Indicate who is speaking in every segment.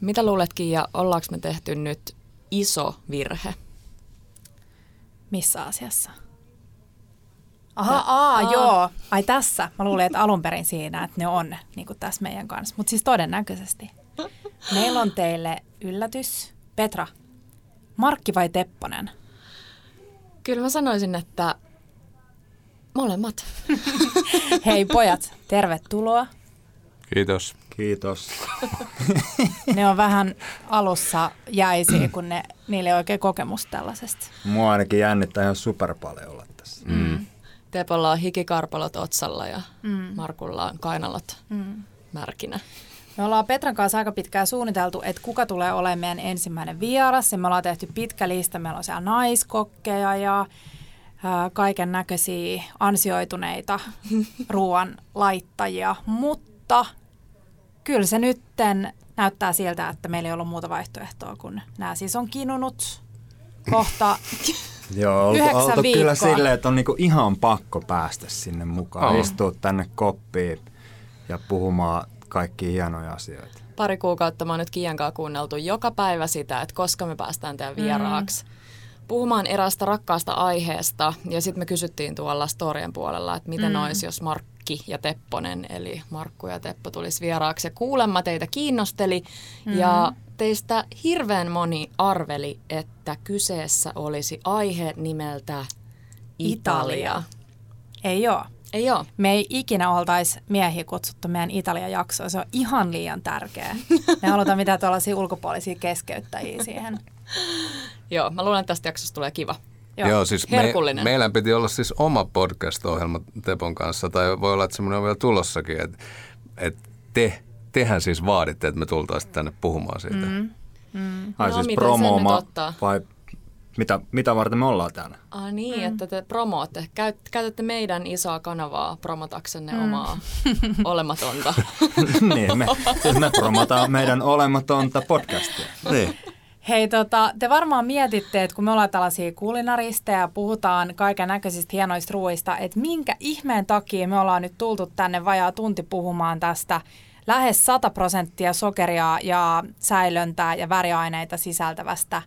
Speaker 1: Mitä luuletkin ja ollaanko me tehty nyt iso virhe?
Speaker 2: Missä asiassa? Aha, aa, aa, joo. Ai tässä. Mä luulin, että alun perin siinä, että ne on niin kuin tässä meidän kanssa. Mutta siis todennäköisesti. Meillä on teille yllätys. Petra, Markki vai Tepponen?
Speaker 1: Kyllä mä sanoisin, että molemmat.
Speaker 2: Hei pojat, tervetuloa.
Speaker 3: Kiitos.
Speaker 4: Kiitos.
Speaker 2: Ne on vähän alussa jäisiä, kun ne, niillä ei ole oikein kokemus tällaisesta.
Speaker 4: Mua ainakin jännittää ihan super paljon olla tässä.
Speaker 3: Mm.
Speaker 1: Tepolla on hikikarpalot otsalla ja mm. Markulla on kainalot mm. märkinä.
Speaker 2: Me ollaan Petran kanssa aika pitkään suunniteltu, että kuka tulee olemaan meidän ensimmäinen vieras. Ja me ollaan tehty pitkä lista. Meillä on siellä naiskokkeja ja kaiken näköisiä ansioituneita ruoan laittajia. Mutta kyllä se nytten näyttää siltä, että meillä ei ollut muuta vaihtoehtoa, kun nämä siis on kinunut kohta
Speaker 4: Joo, oltu,
Speaker 2: Yhdeksän
Speaker 4: oltu
Speaker 2: viikkoa.
Speaker 4: kyllä silleen, että on niinku ihan pakko päästä sinne mukaan,
Speaker 3: On.
Speaker 4: oh. istua tänne koppiin ja puhumaan kaikki hienoja asioita.
Speaker 1: Pari kuukautta mä oon nyt Kiian kanssa kuunneltu joka päivä sitä, että koska me päästään teidän vieraaksi. Mm. Puhumaan eräästä rakkaasta aiheesta ja sitten me kysyttiin tuolla storien puolella, että miten mm. olisi, jos Markki ja Tepponen, eli Markku ja Teppo tulisi vieraaksi. Ja kuulemma teitä kiinnosteli mm. ja teistä hirveän moni arveli, että kyseessä olisi aihe nimeltä Italia. Italia.
Speaker 2: Italia. ei ole.
Speaker 1: Ei ole.
Speaker 2: Me ei ikinä oltaisi miehiä kutsuttu meidän Italia-jaksoon. Se on ihan liian tärkeä. Me halutaan mitään tuollaisia ulkopuolisia keskeyttäjiä siihen.
Speaker 1: Joo, mä luulen, että tästä jaksosta tulee kiva.
Speaker 2: Joo.
Speaker 3: Joo, Joo siis me,
Speaker 1: Herkullinen.
Speaker 3: meillä piti olla siis oma podcast-ohjelma Tepon kanssa, tai voi olla, että semmoinen on vielä tulossakin, että et te, tehän siis vaaditte, että me tultaisiin tänne puhumaan siitä. Mm.
Speaker 4: Ai
Speaker 1: No,
Speaker 4: siis
Speaker 1: miten sen
Speaker 4: promooma-
Speaker 1: nyt ottaa?
Speaker 4: vai mitä, mitä varten me ollaan täällä?
Speaker 1: Ah niin, mm. että te promootte. Käyt, käytätte meidän isoa kanavaa promotaksenne mm. omaa olematonta.
Speaker 4: niin, me, me promotaan meidän olematonta podcastia.
Speaker 3: Niin.
Speaker 2: Hei, tota, te varmaan mietitte, että kun me ollaan tällaisia kulinaristeja ja puhutaan kaiken näköisistä hienoista ruoista, että minkä ihmeen takia me ollaan nyt tultu tänne vajaa tunti puhumaan tästä lähes 100 prosenttia sokeria ja säilöntää ja väriaineita sisältävästä.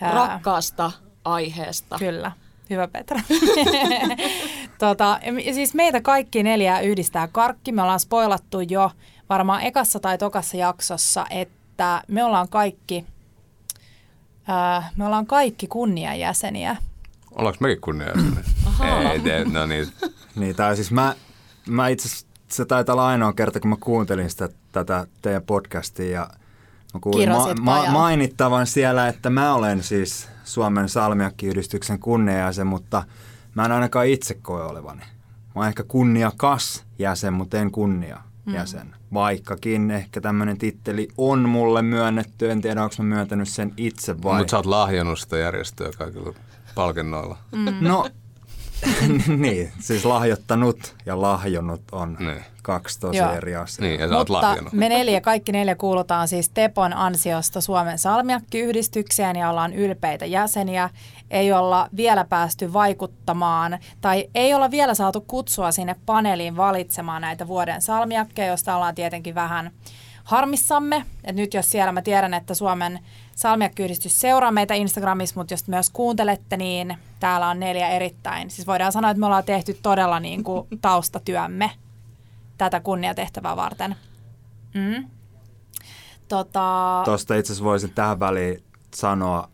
Speaker 2: ää,
Speaker 1: Rakkaasta aiheesta.
Speaker 2: Kyllä. Hyvä Petra. tota, em- siis meitä kaikki neljää yhdistää karkki. Me ollaan spoilattu jo varmaan ekassa tai tokassa jaksossa, että me ollaan kaikki, ää, me ollaan kaikki kunniajäseniä.
Speaker 3: Ollaanko mekin kunnia? Ei, te, no niin.
Speaker 4: Niin, tai siis mä, mä itse asiassa- se taitaa olla ainoa kerta, kun mä kuuntelin sitä, tätä teidän podcastia ja mä kuulin
Speaker 2: Kirosit pajalla.
Speaker 4: mainittavan siellä, että mä olen siis Suomen salmiakkiyhdistyksen kunniajäsen, mutta mä en ainakaan itse koe olevani. Mä oon ehkä kunniakas jäsen, mutta en kunniajäsen. Mm. Vaikkakin ehkä tämmöinen titteli on mulle myönnetty, en tiedä onko mä myöntänyt sen itse vai...
Speaker 3: Mutta sä oot lahjonnut sitä järjestöä kaikilla palkinnoilla. Mm.
Speaker 4: No, niin, siis lahjoittanut ja lahjonnut on
Speaker 3: Niin.
Speaker 4: kaksi tosi
Speaker 2: Joo.
Speaker 4: eri asiaa.
Speaker 3: Niin, ja sä oot
Speaker 2: Mutta
Speaker 3: lahjonnut.
Speaker 2: me neljä, kaikki neljä kuulutaan siis Tepon ansiosta Suomen salmiakkiyhdistykseen ja ollaan ylpeitä jäseniä. Ei olla vielä päästy vaikuttamaan tai ei olla vielä saatu kutsua sinne paneeliin valitsemaan näitä vuoden salmiakkeja, josta ollaan tietenkin vähän harmissamme. Et nyt jos siellä mä tiedän, että Suomen salmiakkiyhdistys seuraa meitä Instagramissa, mutta jos myös kuuntelette, niin täällä on neljä erittäin. Siis voidaan sanoa, että me ollaan tehty todella niin kuin taustatyömme tätä kunniatehtävää varten. Mm. Tota,
Speaker 4: Tuosta itse asiassa voisin tähän väliin sanoa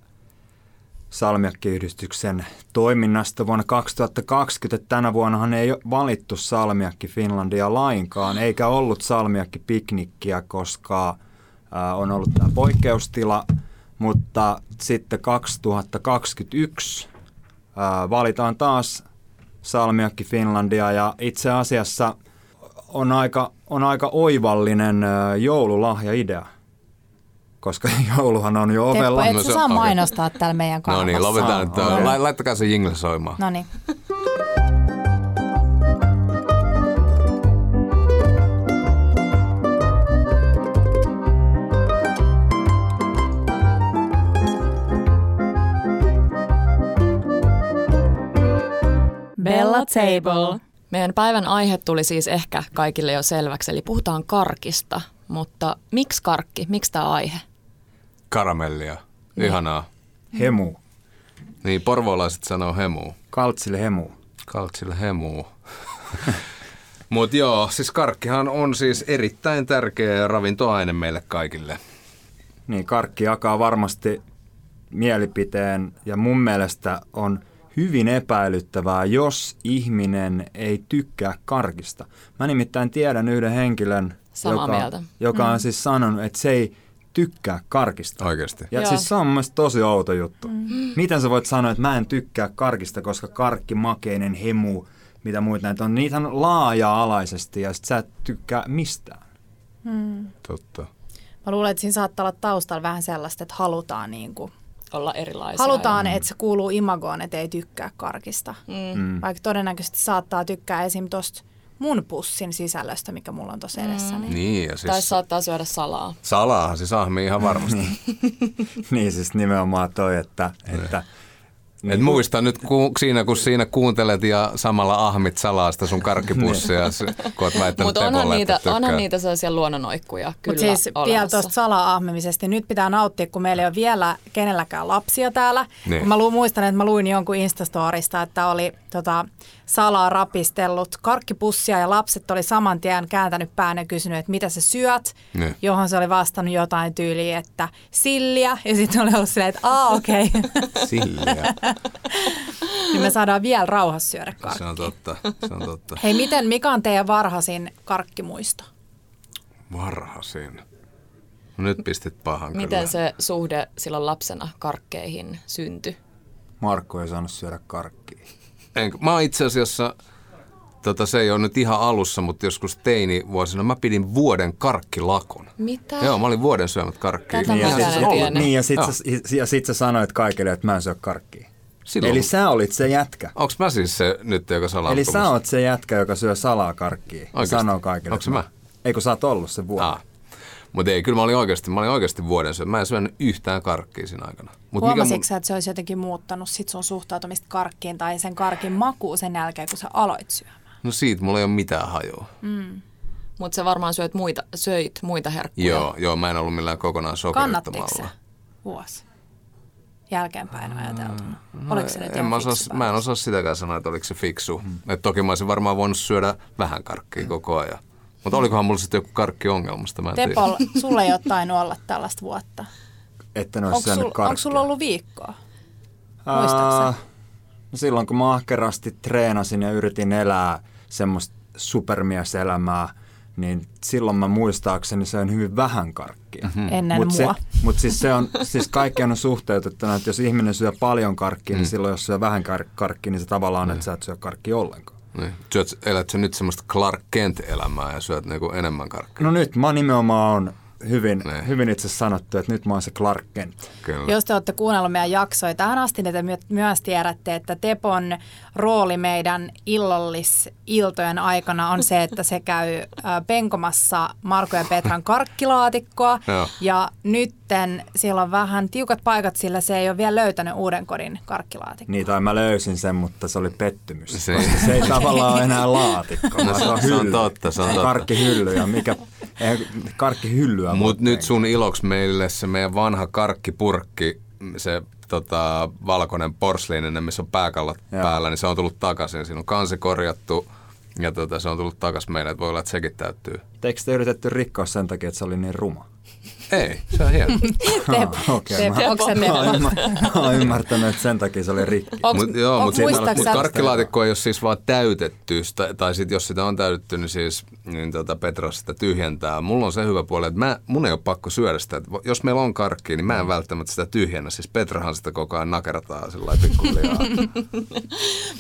Speaker 4: salmiakkiyhdistyksen toiminnasta vuonna 2020. että Tänä vuonnahan ei ole valittu salmiakki Finlandia lainkaan, eikä ollut salmiakki piknikkiä, koska ää, on ollut tämä poikkeustila. Mutta sitten 2021 ää, valitaan taas salmiakki Finlandia ja itse asiassa on aika, on aika oivallinen ää, joululahjaidea, koska jouluhan on jo
Speaker 2: Teppo,
Speaker 4: ovella.
Speaker 2: et
Speaker 3: No
Speaker 2: sä
Speaker 3: se-
Speaker 2: saa
Speaker 3: okei.
Speaker 2: mainostaa täällä meidän
Speaker 3: No
Speaker 2: kanavassa.
Speaker 3: niin, lopetetaan.
Speaker 4: Okei.
Speaker 3: Okay. La, laittakaa se jingle soimaan.
Speaker 2: No niin. Bella Table.
Speaker 1: Meidän päivän aihe tuli siis ehkä kaikille jo selväksi, eli puhutaan karkista. Mutta miksi karkki? Miksi tämä aihe?
Speaker 3: karamellia. Ihanaa.
Speaker 4: Hemu.
Speaker 3: Niin, porvoolaiset sanoo hemu.
Speaker 4: Kaltsille hemu.
Speaker 3: Kaltsille hemu. Mutta joo, siis karkkihan on siis erittäin tärkeä ravintoaine meille kaikille.
Speaker 4: Niin, karkki jakaa varmasti mielipiteen ja mun mielestä on hyvin epäilyttävää, jos ihminen ei tykkää karkista. Mä nimittäin tiedän yhden henkilön,
Speaker 1: Samaa
Speaker 4: joka,
Speaker 1: mieltä.
Speaker 4: joka mm. on siis sanonut, että se ei tykkää karkista.
Speaker 3: Oikeasti.
Speaker 4: Ja
Speaker 1: Joo.
Speaker 4: Joo. siis se on mun mielestä tosi outo juttu. Mm. Miten sä voit sanoa, että mä en tykkää karkista, koska karkki, makeinen, hemu, mitä muita näitä on, niitä on laaja-alaisesti ja sit sä et tykkää mistään.
Speaker 3: Totta.
Speaker 2: Mä luulen, että siinä saattaa olla taustalla vähän sellaista, että halutaan niin kuin,
Speaker 1: olla erilaisia.
Speaker 2: halutaan, että se kuuluu imagoon, että ei tykkää karkista. Mm. Vaikka todennäköisesti saattaa tykkää esim. tosta mun pussin sisällöstä, mikä mulla on tuossa edessäni. Mm.
Speaker 3: Niin, ja siis
Speaker 1: Tai saattaa syödä salaa.
Speaker 3: salaahan siis ahmi ihan varmasti.
Speaker 4: niin siis nimenomaan toi, että, että
Speaker 3: Et muista nyt ku, siinä, kun siinä kuuntelet ja samalla ahmit salaa sitä sun karkkipussia, s- kun oot väittänyt
Speaker 1: Mutta Niin. onhan,
Speaker 3: tepolle,
Speaker 1: niitä,
Speaker 3: että tykkää.
Speaker 1: onhan niitä sellaisia luonnonoikkuja kyllä
Speaker 2: Mutta siis vielä
Speaker 1: olemassa.
Speaker 2: tuosta sala-ahmimisesta, niin nyt pitää nauttia, kun meillä ei ole vielä kenelläkään lapsia täällä.
Speaker 3: Niin.
Speaker 2: Niin. Kun mä lu- muistan, että mä luin jonkun Instastorista, että oli tota, salaa rapistellut karkkipussia ja lapset oli saman tien kääntänyt pään ja kysynyt, että mitä sä syöt,
Speaker 3: Niin.
Speaker 2: niin. johon se oli vastannut jotain tyyliä, että silliä. Ja sitten oli ollut silleen, että aa okei, okay.
Speaker 3: Silliä.
Speaker 2: niin me saadaan vielä rauhassa syödä
Speaker 3: Se
Speaker 2: karkkia.
Speaker 3: on totta, se on totta.
Speaker 2: Hei, miten, mikä on teidän varhaisin karkkimuisto?
Speaker 3: Varhasin. No Nyt pistit pahan kyllä.
Speaker 1: Miten se suhde silloin lapsena karkkeihin syntyi?
Speaker 4: Markku ei saanut syödä karkkia.
Speaker 3: En, mä oon itse asiassa, tota, se ei ole nyt ihan alussa, mutta joskus teini vuosina mä pidin vuoden karkkilakon.
Speaker 1: Mitä?
Speaker 3: Joo, mä olin vuoden syömät karkkia.
Speaker 1: Mm.
Speaker 3: siis
Speaker 1: Tätä Niin,
Speaker 4: ja
Speaker 1: mä
Speaker 4: sit,
Speaker 1: en
Speaker 4: sä,
Speaker 1: tiennyt.
Speaker 4: niin, ja sit, sä, ja sit sä sanoit kaikille, että mä en syö karkkia.
Speaker 3: Silloin.
Speaker 4: Eli sä olit se jätkä.
Speaker 3: Onks mä siis se nyt, joka salaa?
Speaker 4: Eli sä oot se jätkä, joka syö salaa karkkia.
Speaker 3: Oikeesti?
Speaker 4: Sanoo kaikille.
Speaker 3: Onks
Speaker 4: että
Speaker 3: mä?
Speaker 4: Ei kun sä oot ollut se vuosi.
Speaker 3: Ah. Mutta ei, kyllä mä olin oikeasti, mä olin oikeasti vuoden syönyt. Mä en syönyt yhtään karkkia siinä aikana. Mut mikä mun-
Speaker 2: Huomasitko sä, että se olisi jotenkin muuttanut sit sun suhtautumista karkkiin tai sen karkin makuun sen jälkeen, kun sä aloit syömään?
Speaker 3: No siitä mulla ei ole mitään hajua.
Speaker 1: Mutta sä varmaan syöt muita, söit muita herkkuja.
Speaker 3: Joo, joo, mä en ollut millään kokonaan
Speaker 2: Kannattiko se
Speaker 3: sokerittomalla.
Speaker 2: vuosi? Jälkeenpäin ajateltuna. Oliko se nyt
Speaker 3: Mm, no En
Speaker 2: ihan
Speaker 3: mä, osaa,
Speaker 2: fiksu
Speaker 3: mä en
Speaker 2: päätös?
Speaker 3: osaa sitäkään sanoa, että oliko se fiksu. Mm. Et toki mä olisin varmaan voinut syödä vähän karkkia koko ajan. Mutta olikohan mulla sitten joku karkkiongelmasta, mä en tiedä.
Speaker 2: Tepol, sulle ei ole tainnut olla tällaista vuotta.
Speaker 4: Että ne olisi
Speaker 2: Onko
Speaker 4: syönyt
Speaker 2: sulla,
Speaker 4: karkkia.
Speaker 2: onko sulla ollut viikkoa? Muistatko sä?
Speaker 4: Ää, no silloin kun mä ahkerasti treenasin ja yritin elää semmoista supermieselämää, niin silloin mä muistaakseni söin hyvin vähän karkkia. Mm-hmm.
Speaker 2: Ennen
Speaker 4: Mut
Speaker 2: mua.
Speaker 4: Mutta siis se on, siis kaikkeen on suhteutettuna, että jos ihminen syö paljon karkkia, mm. niin silloin jos syö vähän kar- karkkia, niin se tavallaan, että sä et syö karkkia ollenkaan.
Speaker 3: Niin. Syöt, elät sä nyt semmoista Clark Kent-elämää ja syöt niinku enemmän karkkia?
Speaker 4: No nyt mä nimenomaan on hyvin,
Speaker 3: Niin.
Speaker 4: hyvin itse sanottu, että nyt mä oon se Clark Kent.
Speaker 3: Kyllä.
Speaker 2: Mm. Jos te olette kuunnellut meidän jaksoja tähän asti, niin te my- myös tiedätte, että Tepon rooli meidän illallisiltojen aikana on se, että se käy ö, penkomassa Marko ja Petran karkkilaatikkoa.
Speaker 3: Joo.
Speaker 2: ja nytten siellä on vähän tiukat paikat, sillä se ei ole vielä löytänyt uuden kodin karkkilaatikkoa.
Speaker 4: Niin, tai mä löysin sen, mutta se oli pettymys.
Speaker 3: Se-
Speaker 4: Se, koska se ei tavallaan ole enää laatikko,
Speaker 3: No
Speaker 4: vaan
Speaker 3: se-
Speaker 4: se on
Speaker 3: se on
Speaker 4: hylly.
Speaker 3: totta, se on totta.
Speaker 4: Karkkihyllyä, mikä... Eihän karkkihyllyä.
Speaker 3: Mutta
Speaker 4: voi
Speaker 3: nyt
Speaker 4: tehdä.
Speaker 3: sun iloksi meille se meidän vanha karkkipurkki, se tota, valkoinen porsliininen, missä on pääkallat
Speaker 4: Joo.
Speaker 3: päällä, niin se on tullut takaisin. Siinä on kansi korjattu ja tota, se on tullut takaisin meille, että voi olla, että sekin täyttyy.
Speaker 4: Eikö sitä yritetty rikkoa sen takia, että se oli niin ruma?
Speaker 3: Ei, se on hieno.
Speaker 2: Tep-
Speaker 4: okei,
Speaker 2: Tep-
Speaker 1: mä-
Speaker 2: onko se
Speaker 1: mä-
Speaker 4: Mä oon
Speaker 2: Teppo?
Speaker 4: ymmär- mä oon ymmärtänyt, että sen takia se oli rikki.
Speaker 2: Onks-
Speaker 3: Mut, joo,
Speaker 2: onks
Speaker 3: mutta mut
Speaker 2: muistaaksä-
Speaker 3: karkkilaatikko ei ole siis vaan täytetty, sitä, tai sit jos sitä on täytetty, niin siis niin tota Petra sitä tyhjentää. Mulla on se hyvä puoli, että mä, mun ei ole pakko syödä sitä. Et vo- jos meillä on karkkia, niin
Speaker 2: Mm.
Speaker 3: mä en välttämättä sitä tyhjennä. Siis Petrahan sitä koko ajan nakertaa sillä lailla pikkuhiljaa.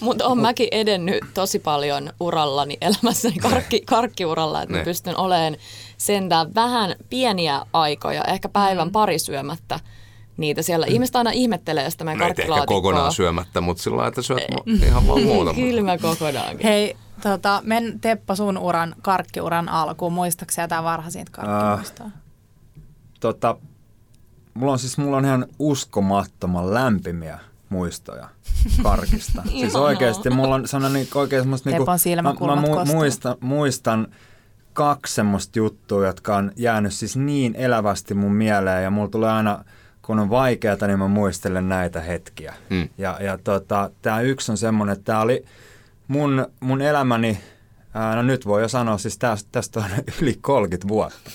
Speaker 1: Mutta on mäkin edennyt tosi paljon urallani, elämässäni karkki, karkkiuralla, että mä
Speaker 3: Ne.
Speaker 1: pystyn olemaan sentään vähän pieniä aikoja, ehkä päivän pari syömättä niitä siellä. Ihmiset aina ihmettelee sitä meidän
Speaker 3: Mm. No et ehkä
Speaker 1: karkkilaatikkoa.
Speaker 3: kokonaan syömättä, mutta sillä lailla, että syöt mu- ihan vaan muutama.
Speaker 1: Kylmä kokonaankin.
Speaker 2: Hei, tota, men Teppo sun uran, karkkiuran alkuun. Muistaaksä jotain varhaisinta karkkimuistoa?
Speaker 4: Tota, mulla on siis mulla on ihan uskomattoman lämpimiä muistoja karkista. siis oikeasti mulla on sellainen niin, oikein semmoista...
Speaker 2: Tepon silmäkulmat
Speaker 4: mä, mä
Speaker 2: kostuu.
Speaker 4: muistan, muistan kaksi semmoista juttua, jotka on jäänyt siis niin elävästi mun mieleen ja mulla tulee aina, kun on vaikeata, niin mä muistelen näitä hetkiä.
Speaker 3: Mm.
Speaker 4: Ja, ja tota, tämä yksi on semmoinen, että tämä oli mun, mun elämäni, ää, no nyt voi jo sanoa, siis tästä, tästä on yli 30 vuotta.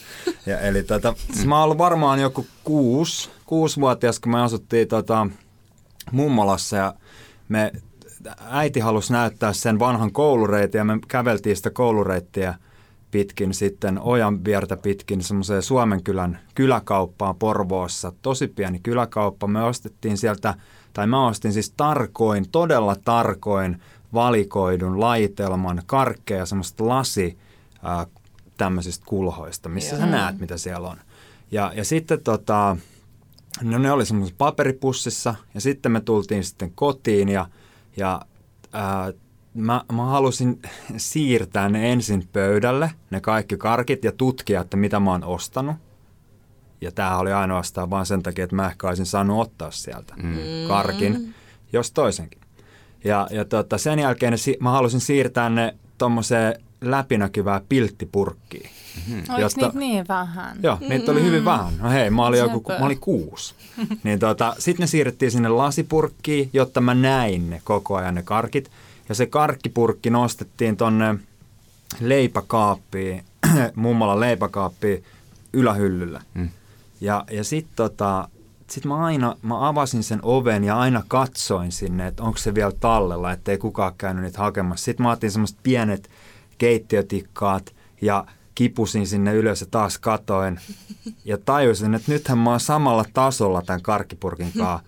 Speaker 4: Ja, eli tota, siis mä oon ollut varmaan joku kuusi, kuusivuotias, kun me asuttiin tota, mummolassa ja me, äiti halusi näyttää sen vanhan koulureitin ja me käveltiin sitä koulureittiä pitkin sitten ojan viertä pitkin semmoiseen Suomenkylän kyläkauppaan Porvoossa. Tosi pieni kyläkauppa. Me ostettiin sieltä, tai mä ostin siis tarkoin, todella tarkoin valikoidun laitelman karkkeja semmoista lasi ää, tämmöisistä kulhoista, missä sä näet, mitä siellä on. Ja, ja sitten tota, No ne oli semmoisessa paperipussissa ja sitten me tultiin sitten kotiin ja, ja ää, mä, mä halusin siirtää ne ensin pöydälle, ne kaikki karkit ja tutkia, että mitä mä oon ostanut. Ja tämä oli ainoastaan vain sen takia, että mä ehkä olisin saanut ottaa sieltä mm. karkin, jos toisenkin. Ja, ja tota, sen jälkeen ne, si- mä halusin siirtää ne tuommoiseen läpinäkyvää pilttipurkkiin.
Speaker 3: Mm.
Speaker 2: Oliko
Speaker 4: Jotta-
Speaker 2: niitä niin vähän?
Speaker 4: Joo, niitä oli hyvin vähän. No hei, mä olin, joku,
Speaker 2: Sepä.
Speaker 4: mä olin kuusi. Niin tota, sitten ne siirrettiin sinne lasipurkkiin, jotta mä näin ne koko ajan ne karkit. Ja se karkkipurkki nostettiin tonne leipäkaappiin, mummolan leipäkaappiin ylähyllyllä. Mm. Ja, ja sitten tota, sit mä aina mä avasin sen oven ja aina katsoin sinne, että onko se vielä tallella, ettei kukaan käynyt niitä hakemassa. Sitten mä otin semmoiset pienet keittiötikkaat ja kipusin sinne ylös ja taas katoin. Ja tajusin, että nythän mä oon samalla tasolla tämän karkkipurkin kanssa,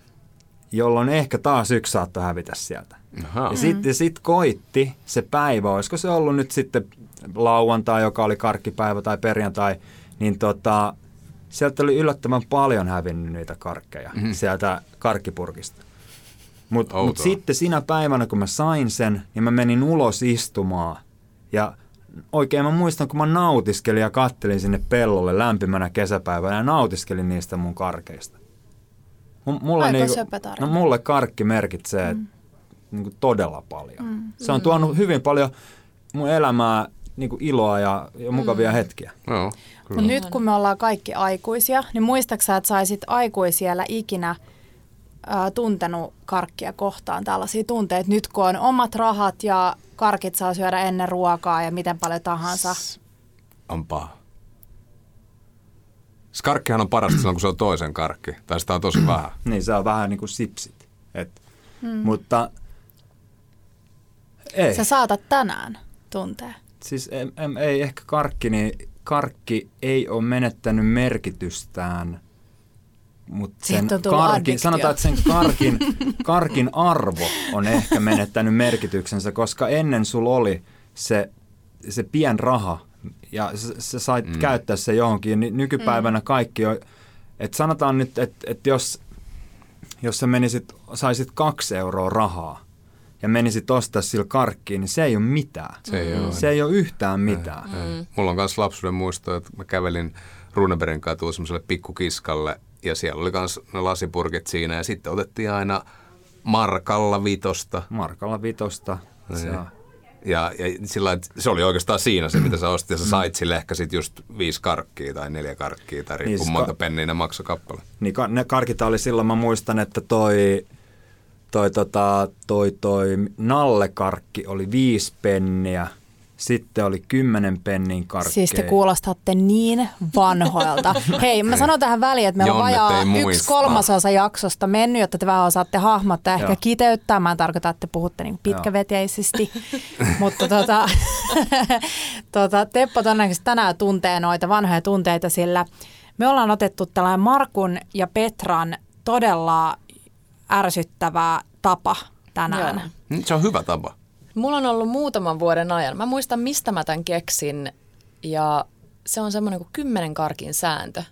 Speaker 4: jolloin ehkä taas yksi saattoi hävitä sieltä.
Speaker 3: Ahaa.
Speaker 4: Ja sitten sit koitti se päivä, olisiko se ollut nyt sitten lauantai, joka oli karkkipäivä tai perjantai, niin tota, sieltä oli yllättävän paljon hävinnyt niitä karkkeja mm-hmm. sieltä karkkipurkista. Mutta mut
Speaker 3: Mhm. Outoa.
Speaker 4: sitten sinä päivänä, kun mä sain sen, niin mä menin ulos istumaan. Ja oikein mä muistan, kun mä nautiskelin ja kattelin sinne pellolle lämpimänä kesäpäivänä ja nautiskelin niistä mun karkeista. M- mulle,
Speaker 2: Aika
Speaker 4: niinku,
Speaker 2: söpö tarina.
Speaker 4: no mulle karkki merkitsee mm. niinku todella paljon. Mm. Se on tuonut hyvin paljon mun elämää niinku iloa ja, ja mukavia mm. hetkiä.
Speaker 3: Joo, kyllä.
Speaker 2: Mutta nyt kun me ollaan kaikki aikuisia, niin muistaaksä, että saisit aikuisiellä ikinä ää, tuntenut karkkia kohtaan tällaisia tunteita, nyt kun on omat rahat ja karkit saa syödä ennen ruokaa ja miten paljon tahansa.
Speaker 3: On paha. Skarkkihan on parasta silloin, kun se on toisen karkki. Tai sitä on tosi vähän.
Speaker 4: Niin se on vähän niin kuin sipsit. Et, mm. Mutta ei.
Speaker 2: Sä saatat tänään tuntea.
Speaker 4: siis em, em, ei ehkä karkki, niin karkki ei ole menettänyt merkitystään, mutta sen
Speaker 2: Siitä on tullut
Speaker 4: karkin,
Speaker 2: addiktio.
Speaker 4: sanotaan, että sen karkin, karkin arvo on ehkä menettänyt merkityksensä, koska ennen sulla oli se, se pien raha ja sä, sä sait mm. käyttää se johonkin. Niin
Speaker 2: Mm.
Speaker 4: nykypäivänä kaikki on, että sanotaan nyt, että, että jos, jos sä menisit, saisit kaksi euroa rahaa ja menisit ostaa sillä karkkiin, niin se ei ole mitään.
Speaker 3: Se ei oo.
Speaker 4: Se ei ole yhtään mitään.
Speaker 3: Mm. Mulla on myös lapsuuden muisto, että mä kävelin Runebergin katua semmoiselle pikkukiskalle ja siellä oli myös ne lasipurkit siinä ja sitten otettiin aina markalla vitosta. Niin.
Speaker 4: Markalla vitosta. saa.
Speaker 3: Ja, ja sillä lailla, että se oli oikeastaan siinä se, mitä sä ostit ja sä sait sille ehkä sit just viisi karkkia tai neljä karkkia tai riippuu
Speaker 4: siis
Speaker 3: niin,
Speaker 4: ka-
Speaker 3: monta penniä ne maksoi kappale.
Speaker 4: Niin ka- ne karkit oli silloin, mä muistan, että toi, toi, tota, toi, toi nallekarkki oli viisi penniä. Sitten oli kymmenen pennin karkki.
Speaker 2: Siis te kuulostatte niin vanhoilta. Hei, mä sanon tähän väliin, että meillä on
Speaker 3: Jonnet
Speaker 2: vajaa
Speaker 3: ei muista.
Speaker 2: yksi kolmasosa jaksosta mennyt, jotta te vähän osaatte hahmottaa, ehkä
Speaker 4: Joo.
Speaker 2: kiteyttää. Mä en tarkoita, että te puhutte niin pitkävetjeisesti, mutta tota, tota, Teppo todennäköisesti tänään tuntee noita vanhoja tunteita, sillä me ollaan otettu tällainen Markun ja Petran todella ärsyttävä tapa tänään.
Speaker 1: Joo.
Speaker 3: Mm, Se on hyvä tapa.
Speaker 1: Mulla on ollut muutaman vuoden ajan. Mä muistan, mistä mä tämän keksin. Ja se on semmoinen kuin kymmenen karkin sääntö.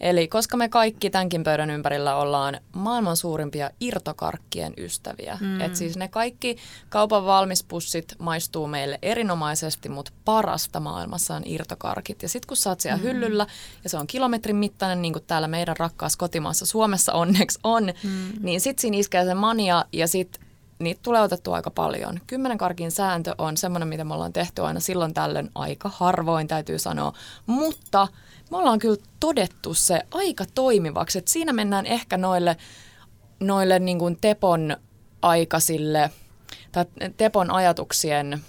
Speaker 1: Eli koska me kaikki tämänkin pöydän ympärillä ollaan maailman suurimpia irtokarkkien ystäviä. Mm. Et siis ne kaikki kaupan valmispussit maistuu meille erinomaisesti, mutta parasta maailmassa on irtokarkit. Ja sitten kun sä oot siellä mm. hyllyllä ja se on kilometrin mittainen, niin kuin täällä meidän rakkaassa kotimaassa Suomessa onneksi on, mm. niin sitten siinä iskee se mania ja sitten niitä tulee otettua aika paljon. Kymmenen karkin sääntö on semmoinen, mitä me ollaan tehty aina silloin tällöin aika harvoin, täytyy sanoa. Mutta me ollaan kyllä todettu se aika toimivaksi. Et siinä mennään ehkä noille, noille niin kuin tepon aikaisille tai tepon ajatuksien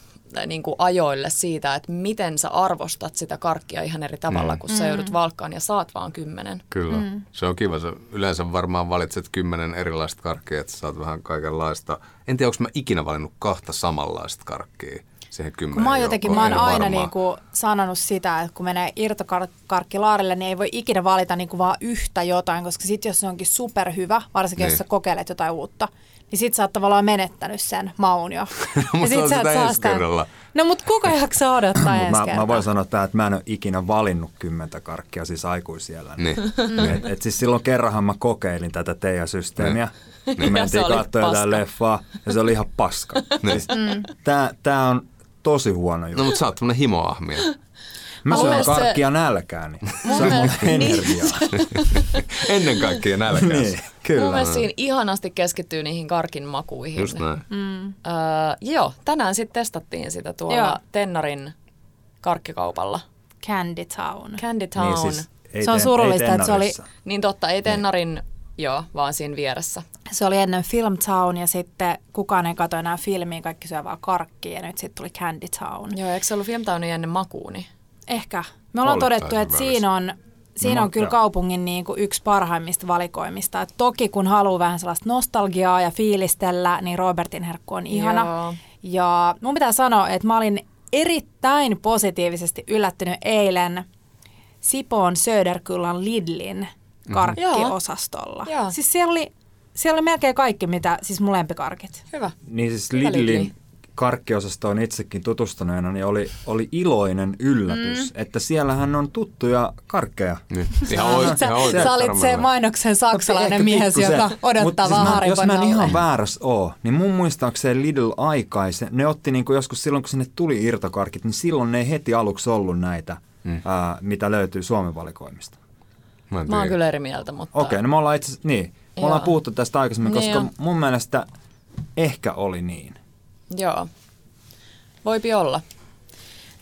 Speaker 1: niin kuin ajoille siitä, että miten sä arvostat sitä karkkia ihan eri tavalla, mm. kun sä joudut valkkaan ja saat vaan kymmenen.
Speaker 3: Kyllä, mm. se on kiva. Sä yleensä varmaan valitset kymmenen erilaista karkkia, että saat vähän kaikenlaista. En tiedä, onko mä ikinä valinnut kahta samanlaista karkkia siihen kymmenen
Speaker 2: Mä oon jotenkin, mä oon aina niin kuin sanonut sitä, että kun menee irtokarkkilaarille, niin ei voi ikinä valita niin kuin vaan yhtä jotain, koska sitten jos se onkin superhyvä, varsinkin niin. jos sä kokeilet jotain uutta, niin sit sä oot tavallaan menettänyt sen maun jo.
Speaker 3: no, ja sit sä sitä ensi kerralla.
Speaker 2: No mut kuka jaksaa odottaa ensi
Speaker 4: mä,
Speaker 2: kertaa?
Speaker 4: mä voin sanoa tämän, että mä en ole ikinä valinnut kymmentä karkkia, siis aikuisiellä.
Speaker 3: Niin.
Speaker 4: Et, et siis silloin kerranhan mä kokeilin tätä teidän systeemiä. Niin. Me
Speaker 1: Ja se
Speaker 4: mentiin
Speaker 1: oli
Speaker 4: katsoa jotain
Speaker 1: paska.
Speaker 4: leffaa ja se oli ihan paska. Siis, tää, tää on tosi huono juttu.
Speaker 3: No mutta sä oot tämmönen himoahmia.
Speaker 4: Mä
Speaker 1: Mun
Speaker 4: syön
Speaker 1: mielestä se-
Speaker 4: karkkia nälkääni.
Speaker 1: Mun
Speaker 4: Se on mun
Speaker 1: mielestä- niin.
Speaker 4: energiaa.
Speaker 3: Ennen kaikkea nälkäs.
Speaker 4: Niin,
Speaker 1: Mun
Speaker 4: kyllä.
Speaker 1: mielestä siinä ihanasti keskittyy niihin karkin makuihin.
Speaker 3: Just näin.
Speaker 2: Mm.
Speaker 1: Öö, joo, tänään sitten testattiin sitä tuolla
Speaker 2: Joo.
Speaker 1: Tennarin karkkikaupalla.
Speaker 2: Candy Town.
Speaker 1: Candy Town.
Speaker 4: Niin,
Speaker 1: Niin,
Speaker 4: siis Niin. ei
Speaker 2: Se on
Speaker 4: teen-
Speaker 2: surullista,
Speaker 4: ei
Speaker 2: että se oli-
Speaker 4: tennarissa.
Speaker 1: totta, ei Tennarin, joo, vaan siinä vieressä.
Speaker 2: Se oli ennen Film Town ja sitten kukaan ei katso enää filmiä, kaikki syö vaan karkkia ja nyt sitten tuli Candy Town.
Speaker 1: Joo, eikö se ollut Film Townin ennen makuuni?
Speaker 2: Ehkä. Me ollaan
Speaker 3: Oli
Speaker 2: todettu,
Speaker 3: täysin
Speaker 2: että
Speaker 3: väärässä.
Speaker 2: siinä on, siinä on kyllä
Speaker 4: joo.
Speaker 2: kaupungin niin kuin yksi parhaimmista valikoimista. Et toki kun haluaa vähän sellaista nostalgiaa ja fiilistellä, niin Robertin herkku on ihana.
Speaker 1: Joo.
Speaker 2: Ja mun pitää sanoa, että mä olin erittäin positiivisesti yllättynyt eilen Sipoon Söderkylän Lidlin
Speaker 3: Mhm.
Speaker 2: karkkiosastolla.
Speaker 1: Joo. Joo.
Speaker 2: Siis siellä oli, siellä oli melkein kaikki, mitä, siis mun lempikarkit.
Speaker 1: Hyvä.
Speaker 4: Niin siis
Speaker 1: Hyvä Lidli.
Speaker 4: Lidlin karkkiosastoon itsekin tutustuneena, niin oli, oli iloinen yllätys, mm. että siellähän on tuttuja karkkeja.
Speaker 3: Niin. Ihan oikein.
Speaker 2: Sä, sä olit se mainoksen saksalainen mies,
Speaker 4: Pikkusen.
Speaker 2: joka
Speaker 4: Mut
Speaker 2: odottaa
Speaker 4: siis
Speaker 2: vaan
Speaker 4: mä-
Speaker 2: Harry
Speaker 4: Jos mä en
Speaker 2: Potter
Speaker 4: ihan
Speaker 2: alle.
Speaker 4: väärässä oo, niin mun muistaakseni Lidl aikaisen, ne otti niinku joskus silloin, kun sinne tuli irtokarkit, niin silloin ne ei heti aluksi ollut näitä, mm. ää, mitä löytyy Suomen valikoimista.
Speaker 3: Mä en
Speaker 1: Mä oon
Speaker 3: tiedä.
Speaker 1: kyllä eri mieltä, mutta...
Speaker 4: Okei, okay, no me ollaan itse asiassa- niin, me ollaan
Speaker 1: Tota- Joo.
Speaker 4: puhuttu tästä aikaisemmin,
Speaker 1: Niin
Speaker 4: koska
Speaker 1: jo.
Speaker 4: mun mielestä ehkä oli niin.
Speaker 1: Joo. Voipi olla.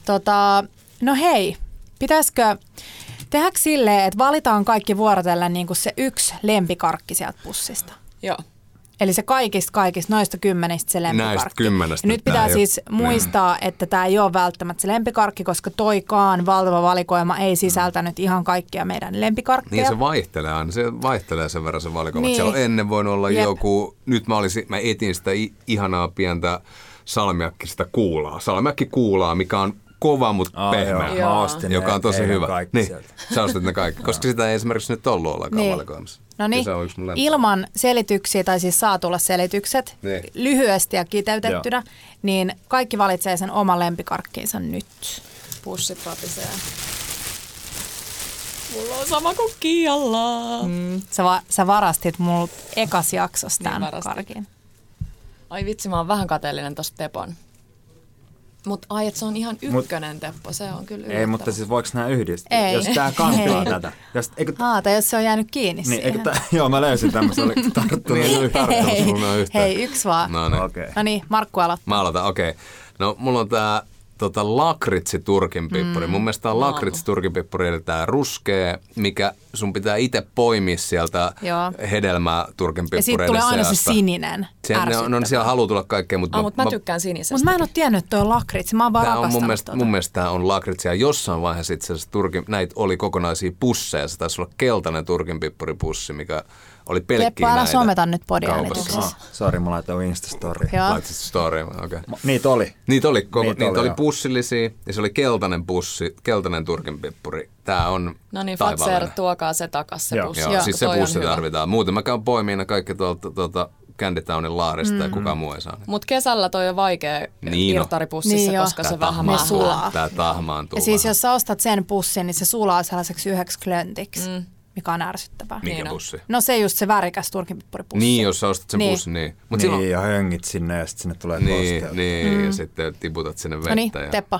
Speaker 2: Tota, no hei, pitäisikö, tehdäänkö silleen, että valitaan kaikki vuorotellen niin kuin se yksi lempikarkki sieltä pussista?
Speaker 1: Joo.
Speaker 2: Eli se kaikista kaikista noista kymmenistä se lempikarkki.
Speaker 3: Näistä kymmenestä
Speaker 2: Ja nyt
Speaker 3: tää
Speaker 2: pitää
Speaker 3: ei
Speaker 2: siis
Speaker 3: oo-
Speaker 2: muistaa, että tämä ei ole välttämättä se lempikarkki, koska toikaan valtava valikoima ei sisältänyt ihan kaikkia meidän lempikarkkeja.
Speaker 3: Mm. Niin se vaihtelee aina, se vaihtelee sen verran se valikoima.
Speaker 2: Niin.
Speaker 3: Niin. Siellä on ennen voinut olla
Speaker 2: Jep.
Speaker 3: Jep. joku, nyt mä, olisin, mä etin sitä i- ihanaa pientä salmiakkista kuulaa. Salmiakki kuulaa, mikä on kova, mutta
Speaker 4: Aa,
Speaker 3: pehmeä.
Speaker 4: joo.
Speaker 1: Joo.
Speaker 4: Mä ostin
Speaker 3: Joka on tosi
Speaker 4: eilen
Speaker 3: hyvä.
Speaker 4: kaikki
Speaker 3: Niin,
Speaker 4: sieltä.
Speaker 3: sä ostit ne kaikki, koska sitä ei esimerkiksi nyt ollut ollenkaan
Speaker 2: Niin.
Speaker 3: niin. valikoimassa.
Speaker 2: No
Speaker 3: Ja
Speaker 2: niin,
Speaker 3: se on yksi mun lempari.
Speaker 2: ilman selityksiä, tai siis saa tulla selitykset
Speaker 3: Niin.
Speaker 2: lyhyesti ja kiteytettynä, niin kaikki valitsee sen oman lempikarkkinsa nyt.
Speaker 1: Pussit rapisee. Mulla on sama kuin Kialla.
Speaker 2: Mm. Sä, va- sä varastit mulla ekas jaksossa
Speaker 1: Niin
Speaker 2: tämän niin
Speaker 1: varastin.
Speaker 2: karkin.
Speaker 1: Ai vitsi, mä oon vähän kateellinen tosta Tepon. Mut ai, et se on ihan ykkönen Teppo, se on kyllä
Speaker 4: Ei,
Speaker 1: yllättävä.
Speaker 4: mutta siis voiko nämä yhdistää?
Speaker 2: Ei.
Speaker 4: Jos tämä kantaa
Speaker 2: Ei.
Speaker 4: tätä. Jos, eikö,
Speaker 2: Aa, tai jos se on jäänyt kiinni
Speaker 4: niin,
Speaker 2: siihen.
Speaker 4: eikö tää, joo, mä löysin tämmöisen, oli tarttunut.
Speaker 3: Niin, se oli tarttunut
Speaker 2: Hei,
Speaker 3: sun yhtään.
Speaker 2: hei, yksi vaan. No,
Speaker 3: No niin.
Speaker 4: Okei.
Speaker 2: no niin, Markku aloittaa.
Speaker 3: Mä aloitan, okei. Okay. No, mulla on tää tota, lakritsi turkinpippuri. Mm. Mun mielestä tää lakritsi turkinpippuri, eli tää ruskea, mikä sun pitää itse poimia sieltä
Speaker 2: Joo.
Speaker 3: hedelmää
Speaker 2: Ja siitä
Speaker 3: turkinpippureiden
Speaker 2: tulee aina se
Speaker 3: seasta.
Speaker 2: sininen.
Speaker 3: Siellä, ne on, no, siellä haluaa tulla kaikkea, mutta
Speaker 1: Ah, mut mä, tykkään sinisestä.
Speaker 2: Mutta mä en ole tiennyt, että toi on lakritsi. Mä oon vaan
Speaker 3: Tämä on mun
Speaker 2: rakastanut
Speaker 3: mielestä,
Speaker 2: tota.
Speaker 3: mun mielestä tämä on lakritsia. Jossain vaiheessa itse asiassa Turkin, näitä oli kokonaisia pusseja. Se taisi olla keltainen turkinpippuripussi, mikä oli pelkkiä
Speaker 2: Teppo, älä
Speaker 3: näitä
Speaker 2: someta nyt podiäänityksessä.
Speaker 3: kaupassa.
Speaker 4: Ah, sori, mä laitoin Instastoriin.
Speaker 2: Joo.
Speaker 3: Laitat story, okei. Okay.
Speaker 4: Niitä oli.
Speaker 3: Niitä oli, koko,
Speaker 4: Niitä
Speaker 3: niitä,
Speaker 4: Niin, oli,
Speaker 3: oli,
Speaker 4: joo.
Speaker 3: pussillisia ja se oli keltainen pussi, keltainen turkinpippuri. Tämä on
Speaker 1: No niin,
Speaker 3: taivaallinen.
Speaker 1: Fatser, tuokaa se takas se
Speaker 4: Joo.
Speaker 1: pussi.
Speaker 3: Joo,
Speaker 2: Joo.
Speaker 3: siis se
Speaker 1: Toi on
Speaker 3: pussi
Speaker 1: hyvä.
Speaker 3: tarvitaan. Muuten mä käyn poimiin ne kaikki tuolta tuota, Candy Townin laarista mm. ja kukaan muu ei saa niitä.
Speaker 1: Mut kesällä toi on vaikea
Speaker 3: Niin on.
Speaker 1: irtaripussissa,
Speaker 2: Niin on.
Speaker 1: koska se
Speaker 3: Tää
Speaker 1: vähän
Speaker 2: Ne
Speaker 3: tahmaantuu.
Speaker 1: mahlaa.
Speaker 2: sulaa.
Speaker 3: Tää tahmaantuu
Speaker 2: Ja siis
Speaker 3: vähän.
Speaker 2: jos sä ostat sen pussin, niin se sulaa sellaiseksi yhdeksi klöntiksi, mm. mikä on ärsyttävää.
Speaker 3: Mikä
Speaker 1: Niin on.
Speaker 3: pussi?
Speaker 2: No se just se värikäs turkinpippuripussi.
Speaker 3: Niin, jos sä ostat sen
Speaker 2: Niin.
Speaker 3: niin. pussin, niin. Mut
Speaker 4: Mut niin,
Speaker 3: silloin,
Speaker 4: ja höngit sinne ja sitten sinne tulee
Speaker 3: Niin,
Speaker 4: kosteutta.
Speaker 3: niin mm. ja sitten tiputat sinne vettä.
Speaker 2: No niin,
Speaker 3: ja...
Speaker 2: Teppa.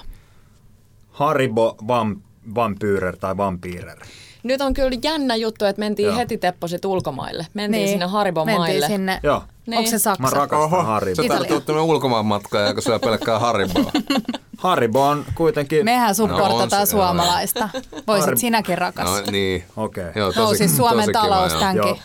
Speaker 4: Haribo vam, Vampyrer tai Vampyrer.
Speaker 1: Nyt on kyllä jännä juttu, että mentiin
Speaker 3: Joo.
Speaker 1: Joo. heti tepposit ulkomaille. Mentiin
Speaker 2: Niin.
Speaker 1: niin. sinne Haribo-maille.
Speaker 2: Mentiin sinne.
Speaker 4: Joo.
Speaker 1: Niin.
Speaker 2: Onko se
Speaker 4: Mä
Speaker 2: Saksa?
Speaker 4: rakastan Hariboa.
Speaker 3: Sä
Speaker 2: Italia.
Speaker 3: tarttuu tämmöinen ulkomaanmatkaa, joka syö pelkkää haribaa.
Speaker 4: Haribo on kuitenkin...
Speaker 2: Mehän
Speaker 3: No on
Speaker 2: supportataan
Speaker 3: se- joo.
Speaker 2: no, suomalaista. Voisit
Speaker 4: Harmi-
Speaker 2: sinäkin rakastaa.
Speaker 3: No niin.
Speaker 4: Okei.
Speaker 3: Joo,
Speaker 2: No,
Speaker 3: tosi,
Speaker 2: siis Suomen
Speaker 3: tosi
Speaker 2: talous
Speaker 3: kiva,
Speaker 2: tämänkin.
Speaker 4: Joo.